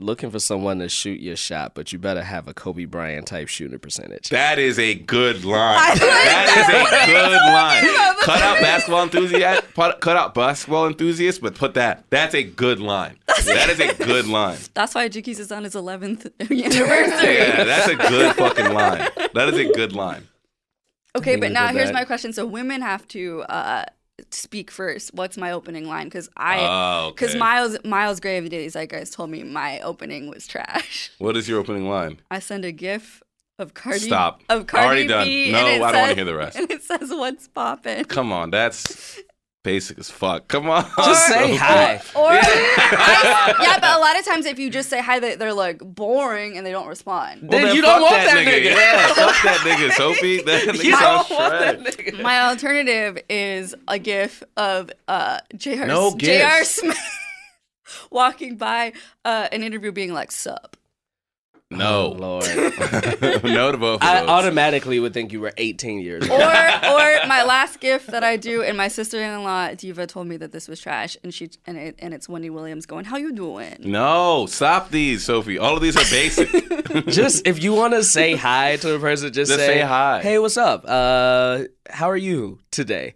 Speaker 4: Looking for someone to shoot your shot, but you better have a Kobe Bryant type shooting percentage.
Speaker 3: That is a good line.
Speaker 5: I like
Speaker 3: that is a good line.
Speaker 5: about.
Speaker 3: Cut out basketball enthusiast. Put, cut out basketball enthusiast, but put that. That's a good line. That is a good line.
Speaker 5: That's why Jukis is on his 11th anniversary.
Speaker 3: Yeah, that's a good fucking line. That is a good line.
Speaker 5: Okay,
Speaker 4: Think
Speaker 5: but
Speaker 4: we
Speaker 5: now
Speaker 4: did
Speaker 5: here's
Speaker 4: that.
Speaker 5: my question. So women have to uh, speak first. What's my opening line? Because I,
Speaker 3: Oh,
Speaker 5: because
Speaker 3: okay.
Speaker 5: Miles Miles Grave days, like guys told me, my opening was trash.
Speaker 3: What is your opening line?
Speaker 5: I send a gif of Cardi.
Speaker 3: Stop.
Speaker 5: Of Cardi
Speaker 3: Already done.
Speaker 5: B,
Speaker 3: No,
Speaker 5: and it
Speaker 3: I don't
Speaker 5: says-
Speaker 3: wanna hear the rest.
Speaker 5: And it says, "What's poppin'?"
Speaker 3: Come on, that's basic as fuck. Come on.
Speaker 4: Just say hi.
Speaker 5: Or I- yeah, but a lot of times if you just say hi, they, they're like boring and they don't respond.
Speaker 4: Then
Speaker 3: then
Speaker 4: you don't
Speaker 3: fuck
Speaker 4: want that nigga.
Speaker 3: Yeah, fuck that nigga, Sophie. That nigga
Speaker 4: You
Speaker 3: sounds
Speaker 4: don't want that
Speaker 3: trash.
Speaker 4: nigga.
Speaker 5: My alternative is a gif of uh, J.R.
Speaker 3: No
Speaker 5: J.R.
Speaker 3: gifs.
Speaker 5: Smith walking by uh, an interview, being like, "Sup."
Speaker 4: Oh,
Speaker 3: No.
Speaker 4: Lord.
Speaker 3: no to both of
Speaker 4: I
Speaker 3: those.
Speaker 4: automatically would think you were 18 years
Speaker 5: or
Speaker 4: old.
Speaker 5: or my last gift that I do, and my sister-in-law Diva told me that this was trash, and she and it, and it's Wendy Williams going, "How you doing?"
Speaker 3: No, stop these, Sophie. All of these are basic.
Speaker 4: just if you want to say hi to a person, just,
Speaker 3: Just say hi.
Speaker 4: Hey, what's up? Uh, how are you today?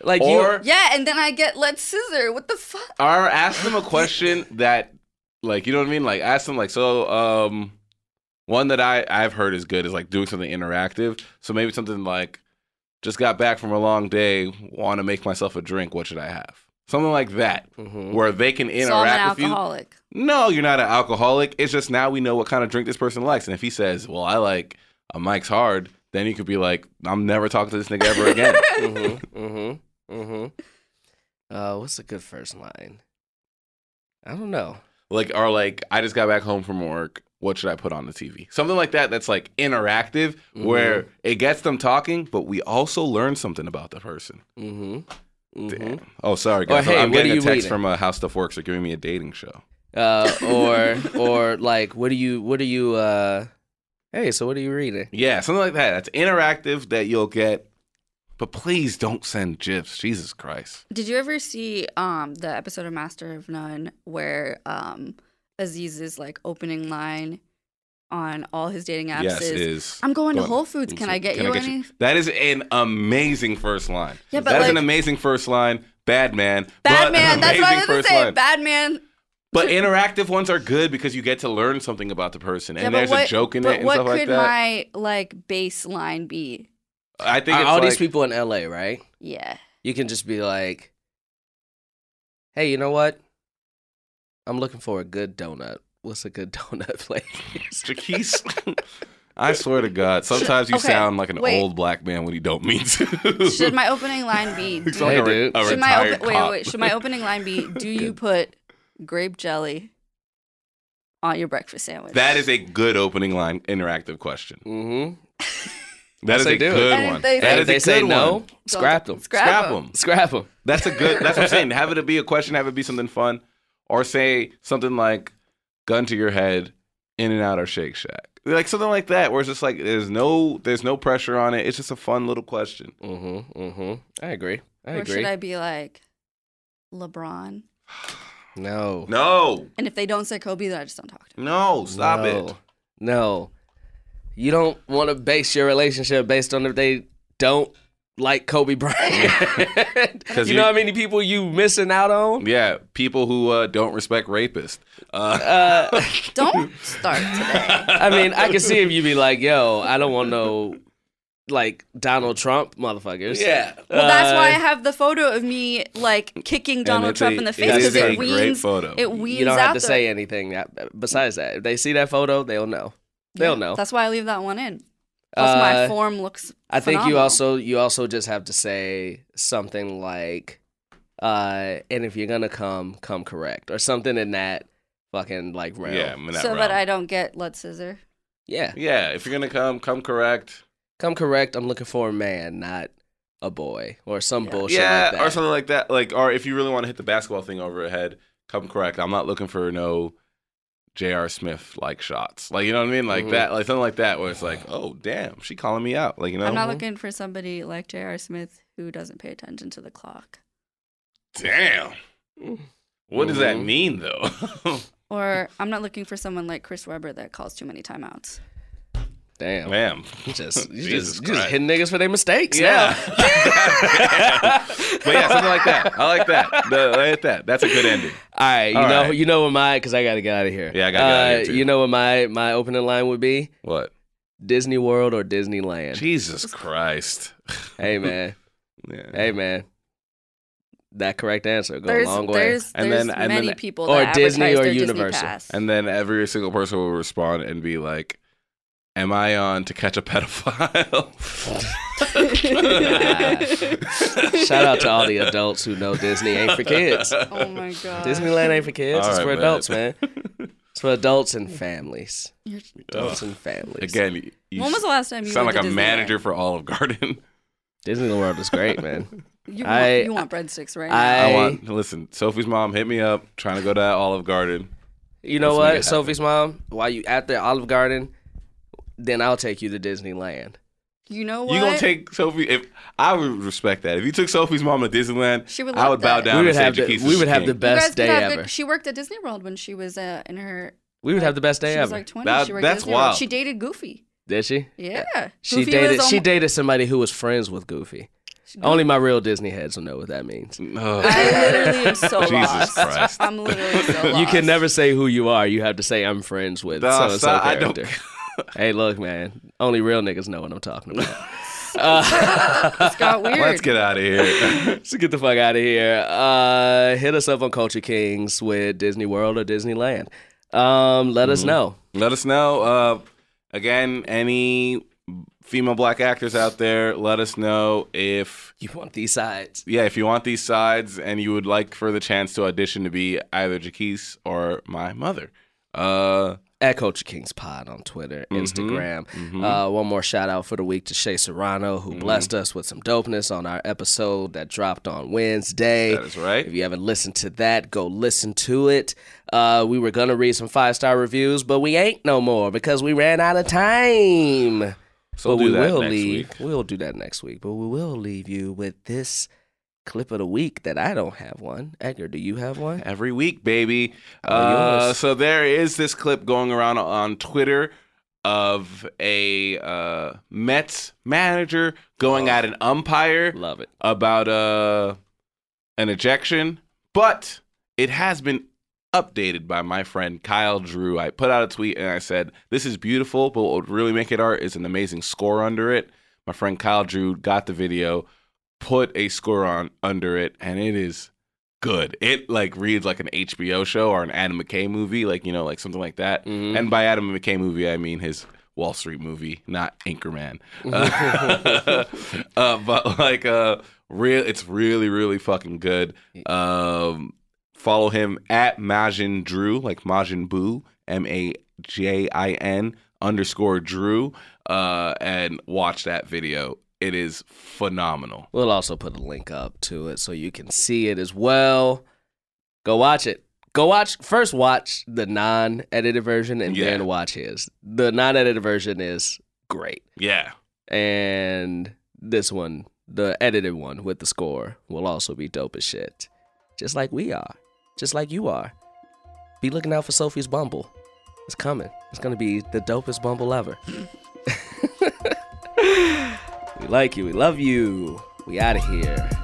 Speaker 4: Like
Speaker 3: or
Speaker 5: Yeah, and then I get let's scissor. What the fuck?
Speaker 3: or ask them a question that like you know what I mean? Like ask them like so um one that I I've heard is good is like doing something interactive. So maybe something like just got back from a long day, want to make myself a drink, what should I have? Something like that
Speaker 4: you. Mhm.
Speaker 3: where they can
Speaker 5: so I'm an
Speaker 3: interact with you.
Speaker 5: alcoholic.
Speaker 3: No, you're not an alcoholic. It's just now we know what kind of drink this person likes. And if he says, "Well, I like a Mike's Hard," then you could be like, "I'm never talking to this nigga ever again."
Speaker 4: Mm-hmm. Mm-hmm. Mm-hmm. Uh, what's a good first line? I don't know.
Speaker 3: like or like I just got back home from work. What should I put on the TV? Something like that. That's like interactive, where
Speaker 4: Mm-hmm.
Speaker 3: it gets them talking, but we also learn something about the person.
Speaker 4: Mm-hmm.
Speaker 3: Damn.
Speaker 4: mm-hmm.
Speaker 3: Oh, sorry,
Speaker 4: Or,
Speaker 3: guys.
Speaker 4: hey,
Speaker 3: I'm
Speaker 4: what
Speaker 3: getting
Speaker 4: are
Speaker 3: a
Speaker 4: you
Speaker 3: text
Speaker 4: reading?
Speaker 3: from uh, How Stuff Works. They're giving me a dating show.
Speaker 4: Uh, or or like, what do you what do you? Uh, hey, so what are you reading?
Speaker 3: Yeah, something like that. That's interactive that you'll get. But please don't send gifs. Jesus Christ.
Speaker 5: Did you ever see um the episode of Master of None where um Aziz's like opening line on all his dating apps
Speaker 3: yes, it
Speaker 5: is,
Speaker 3: is.
Speaker 5: "I'm going to
Speaker 3: Go on.
Speaker 5: Whole Foods. Can I get you any?"
Speaker 3: That is an amazing first line.
Speaker 5: Yeah, but
Speaker 3: that is an
Speaker 5: like-
Speaker 3: amazing first line. Bad man.
Speaker 5: Bad
Speaker 3: but
Speaker 5: man. That's what I
Speaker 3: amazing
Speaker 5: was gonna
Speaker 3: first
Speaker 5: say.
Speaker 3: line.
Speaker 5: Bad man.
Speaker 3: But interactive ones are good because you get to learn something about the person, and
Speaker 5: yeah,
Speaker 3: there's
Speaker 5: but what,
Speaker 3: a joke in
Speaker 5: but
Speaker 3: it and
Speaker 5: what
Speaker 3: stuff like
Speaker 5: could
Speaker 3: that.
Speaker 5: my like baseline be?
Speaker 3: I think
Speaker 4: Are
Speaker 3: it's
Speaker 4: Uh, all
Speaker 3: like,
Speaker 4: these people in LA, right?
Speaker 5: Yeah.
Speaker 4: You can just be like, hey, you know what? I'm looking for a good donut. What's a good donut place?
Speaker 3: Jaquise. I swear to God, sometimes you
Speaker 5: okay,
Speaker 3: sound like an
Speaker 5: wait.
Speaker 3: old black man when you don't mean to.
Speaker 5: Should my opening line be?
Speaker 3: You
Speaker 5: do-
Speaker 3: sound like
Speaker 4: Hey,
Speaker 3: a re-
Speaker 4: dude.
Speaker 3: a
Speaker 5: should my
Speaker 3: retired
Speaker 5: open, wait, wait,
Speaker 3: cop.
Speaker 5: wait, should my opening line be? Do you put grape jelly on your breakfast sandwich?
Speaker 3: That is a good opening line, interactive question.
Speaker 4: mm-hmm.
Speaker 3: That is
Speaker 4: they
Speaker 3: a
Speaker 4: do it.
Speaker 3: good
Speaker 5: And if
Speaker 3: one.
Speaker 5: they
Speaker 3: that
Speaker 5: say-
Speaker 3: is
Speaker 4: they
Speaker 3: a
Speaker 4: say
Speaker 3: good
Speaker 4: no,
Speaker 3: one.
Speaker 5: So-
Speaker 4: scrap them.
Speaker 5: Scrap,
Speaker 3: Scrap
Speaker 5: 'em.
Speaker 3: them.
Speaker 4: Scrap them.
Speaker 3: That's a good. That's what I'm saying. Have it be a question. Have it be something fun, or say something like "gun to your head," in and out or Shake Shack, like something like that, where it's just like there's no there's no pressure on it. It's just a fun little question.
Speaker 4: Mm-hmm. Mm-hmm. I agree. I
Speaker 5: Or
Speaker 4: agree.
Speaker 5: should I be like LeBron?
Speaker 4: No.
Speaker 3: No,
Speaker 5: And if they don't say Kobe, then I just don't talk to them.
Speaker 3: no, stop
Speaker 4: no.
Speaker 3: it.
Speaker 4: No. You don't want to base your relationship based on if they don't like Kobe Bryant.
Speaker 3: 'Cause
Speaker 4: you
Speaker 3: you-
Speaker 4: know how many people you missing out on?
Speaker 3: Yeah, people who uh, don't respect rapists. Uh,
Speaker 4: Uh,
Speaker 5: Don't start today.
Speaker 4: I mean, I can see if you be like, yo, I don't want no like Donald Trump motherfuckers.
Speaker 3: yeah,
Speaker 5: Well, that's why I
Speaker 4: Uh,
Speaker 5: have the photo of me like kicking Donald
Speaker 3: it's
Speaker 5: Trump
Speaker 3: a-
Speaker 5: in the
Speaker 3: it
Speaker 5: face
Speaker 4: is
Speaker 5: because
Speaker 4: a
Speaker 5: it
Speaker 3: great
Speaker 5: weans
Speaker 3: photo.
Speaker 5: it weans
Speaker 4: you don't
Speaker 5: out
Speaker 4: have to
Speaker 5: the-
Speaker 4: say anything that- besides that. If they see that photo, they'll know. They'll know.
Speaker 5: That's why I leave that one in. Plus, my
Speaker 4: Uh,
Speaker 5: form looks.
Speaker 4: I think you
Speaker 5: phenomenal.
Speaker 4: also you also just have to say something like Uh, and if you're gonna come, come correct or something in that fucking like realm.
Speaker 3: Yeah, I'm in that
Speaker 5: so that I
Speaker 3: realm.
Speaker 5: don't get let scissor.
Speaker 4: yeah.
Speaker 3: Yeah, if you're gonna come, come correct.
Speaker 4: Come correct. I'm looking for a man, not a boy or some bullshit.
Speaker 3: yeah,
Speaker 4: like that.
Speaker 3: or something like that. Like, or if you really want to hit the basketball thing over her head, come correct. I'm not looking for no J.R. Smith like shots. Like, you know what I mean? Like
Speaker 4: Mhm.
Speaker 3: that, like something like that, where it's like, oh damn, she calling me out. Like, you know,
Speaker 5: I'm not looking for somebody like J.R. Smith who doesn't pay attention to the clock.
Speaker 3: Damn.
Speaker 4: Mm-hmm.
Speaker 3: What does that
Speaker 4: Mhm.
Speaker 3: mean though?
Speaker 5: Or I'm not looking for someone like Chris Webber that calls too many timeouts.
Speaker 4: Damn.
Speaker 3: Damn.
Speaker 4: You just you
Speaker 3: Jesus
Speaker 4: just, you just
Speaker 3: Christ.
Speaker 4: hitting niggas for their mistakes.
Speaker 3: Yeah.
Speaker 4: now.
Speaker 3: but yeah, something like that. I like that. The- I like that. That's a good ending.
Speaker 4: All right, you
Speaker 3: All
Speaker 4: know,
Speaker 3: right.
Speaker 4: you know what my because I gotta get out of here.
Speaker 3: Yeah, I gotta get outta here,
Speaker 4: Uh,
Speaker 3: too.
Speaker 4: You know what my my opening line would be:
Speaker 3: What?
Speaker 4: Disney World or Disneyland.
Speaker 3: Jesus Christ.
Speaker 4: Hey man,
Speaker 3: Yeah.
Speaker 4: hey man, that correct answer go
Speaker 5: there's
Speaker 4: a long way.
Speaker 5: there's,
Speaker 3: And
Speaker 5: there's
Speaker 3: then- and then-
Speaker 5: many people
Speaker 4: or
Speaker 5: that
Speaker 4: Disney
Speaker 5: advertise
Speaker 4: or
Speaker 5: their
Speaker 4: Universal.
Speaker 5: Disney pass.
Speaker 3: And then every single person will respond and be like, Am I on to catch a pedophile?
Speaker 4: Shout out to all the adults who know Disney ain't for kids.
Speaker 5: oh my god,
Speaker 4: Disneyland ain't for kids.
Speaker 3: All
Speaker 4: it's
Speaker 3: right,
Speaker 4: for
Speaker 3: man.
Speaker 4: adults, man. It's for adults and families.
Speaker 5: You're-
Speaker 4: Adults and families.
Speaker 3: Again, you- you
Speaker 5: When was the last time you
Speaker 3: sound
Speaker 5: went
Speaker 3: like a
Speaker 5: to Disneyland?
Speaker 3: manager for Olive Garden.
Speaker 4: Disney World is great, man.
Speaker 5: You want,
Speaker 4: I-
Speaker 5: you want breadsticks right
Speaker 4: I-
Speaker 5: now?
Speaker 3: I want listen, Sophie's mom hit me up trying to go to that Olive Garden.
Speaker 4: You know
Speaker 3: Let's make it
Speaker 4: what,
Speaker 3: happen.
Speaker 4: Sophie's mom? While you at the Olive Garden, then I'll take you to Disneyland.
Speaker 5: You know what?
Speaker 3: You gonna take Sophie? If I would respect that. If you took Sophie's mom to Disneyland,
Speaker 5: She would
Speaker 3: I
Speaker 5: love
Speaker 3: would bow
Speaker 5: that.
Speaker 3: down
Speaker 4: we would
Speaker 3: and
Speaker 4: have
Speaker 3: say
Speaker 4: the,
Speaker 3: Jaquez
Speaker 4: we
Speaker 3: is
Speaker 4: would have
Speaker 3: king.
Speaker 4: the
Speaker 5: you guys
Speaker 4: best
Speaker 5: could
Speaker 4: day
Speaker 5: have
Speaker 4: ever.
Speaker 5: Good, she worked at Disney World when she was uh, in her.
Speaker 4: we would have the best day
Speaker 5: She was
Speaker 4: ever.
Speaker 5: like twenty.
Speaker 3: That-
Speaker 5: she worked
Speaker 3: that's
Speaker 5: at Disney World.
Speaker 3: wild.
Speaker 5: She dated Goofy.
Speaker 4: Did she?
Speaker 5: Yeah.
Speaker 4: She
Speaker 5: Goofy was
Speaker 4: dated. She
Speaker 5: almo-
Speaker 4: dated somebody who was friends with Goofy. Only my real Disney heads will know what that means.
Speaker 3: Ugh.
Speaker 5: I literally am so
Speaker 3: Jesus
Speaker 5: lost.
Speaker 3: Christ.
Speaker 5: I'm literally so lost.
Speaker 4: You can never say who you are. You have to say I'm friends with
Speaker 3: Nah,
Speaker 4: so and so
Speaker 3: son, I don't-
Speaker 4: character. hey, look, man. Only real niggas know what I'm talking about. Uh,
Speaker 5: It's got weird.
Speaker 3: Let's get out of here.
Speaker 4: so get the fuck out of here. Uh, hit us up on Culture Kings with Disney World or Disneyland. Um, let
Speaker 3: Mm-hmm.
Speaker 4: us know.
Speaker 3: let us know. Uh, again, any female black actors out there, let us know if
Speaker 4: You want these sides?
Speaker 3: yeah, if you want these sides and you would like for the chance to audition to be either Jaquise or my mother. Uh,
Speaker 4: at Culture Kings Pod on Twitter,
Speaker 3: Mm-hmm.
Speaker 4: Instagram. Uh, one more shout out for the week to Shay Serrano,
Speaker 3: Mm-hmm.
Speaker 4: who blessed us with some dopeness on our episode that dropped on Wednesday.
Speaker 3: That is right.
Speaker 4: If you haven't listened to that, go listen to it. Uh, we were gonna read some five star reviews, but we ain't no more because we ran out of time.
Speaker 3: so
Speaker 4: but
Speaker 3: do
Speaker 4: we
Speaker 3: that
Speaker 4: will
Speaker 3: next
Speaker 4: leave.
Speaker 3: week.
Speaker 4: We'll do that next week. But we will leave you with this clip of the week that I don't have one. Edgar, do you have one?
Speaker 3: every week, baby.
Speaker 4: Oh,
Speaker 3: Uh,
Speaker 4: yes.
Speaker 3: so there is this clip going around on Twitter of a uh, Mets manager
Speaker 4: Oh.
Speaker 3: going at an umpire
Speaker 4: Love it.
Speaker 3: about uh, an ejection, but it has been updated by my friend Kyle Drew. I put out a tweet and I said, This is beautiful, but what would really make it art is an amazing score under it. My friend Kyle Drew got the video, put a score on under it, and it is good. It like reads like an HBO show or an Adam McKay movie, like you know, like something like that. And by Adam McKay movie, I mean his Wall Street movie, not Anchorman. Uh, uh, but like, uh, real, it's really, really fucking good. Um, follow him at Majin Drew, like Majin Boo, M A J I N underscore Drew, uh, and watch that video. It is phenomenal.
Speaker 4: We'll also put a link up to it so you can see it as well. Go watch it. Go watch first watch the non-edited version and
Speaker 3: Yeah.
Speaker 4: then watch his. The non-edited version is great.
Speaker 3: Yeah.
Speaker 4: And this one, the edited one with the score will also be dope as shit. Just like we are. Just like you are. Be looking out for Sophie's Bumble. It's coming. It's going to be the dopest Bumble ever. we like you. We love you. We out of here.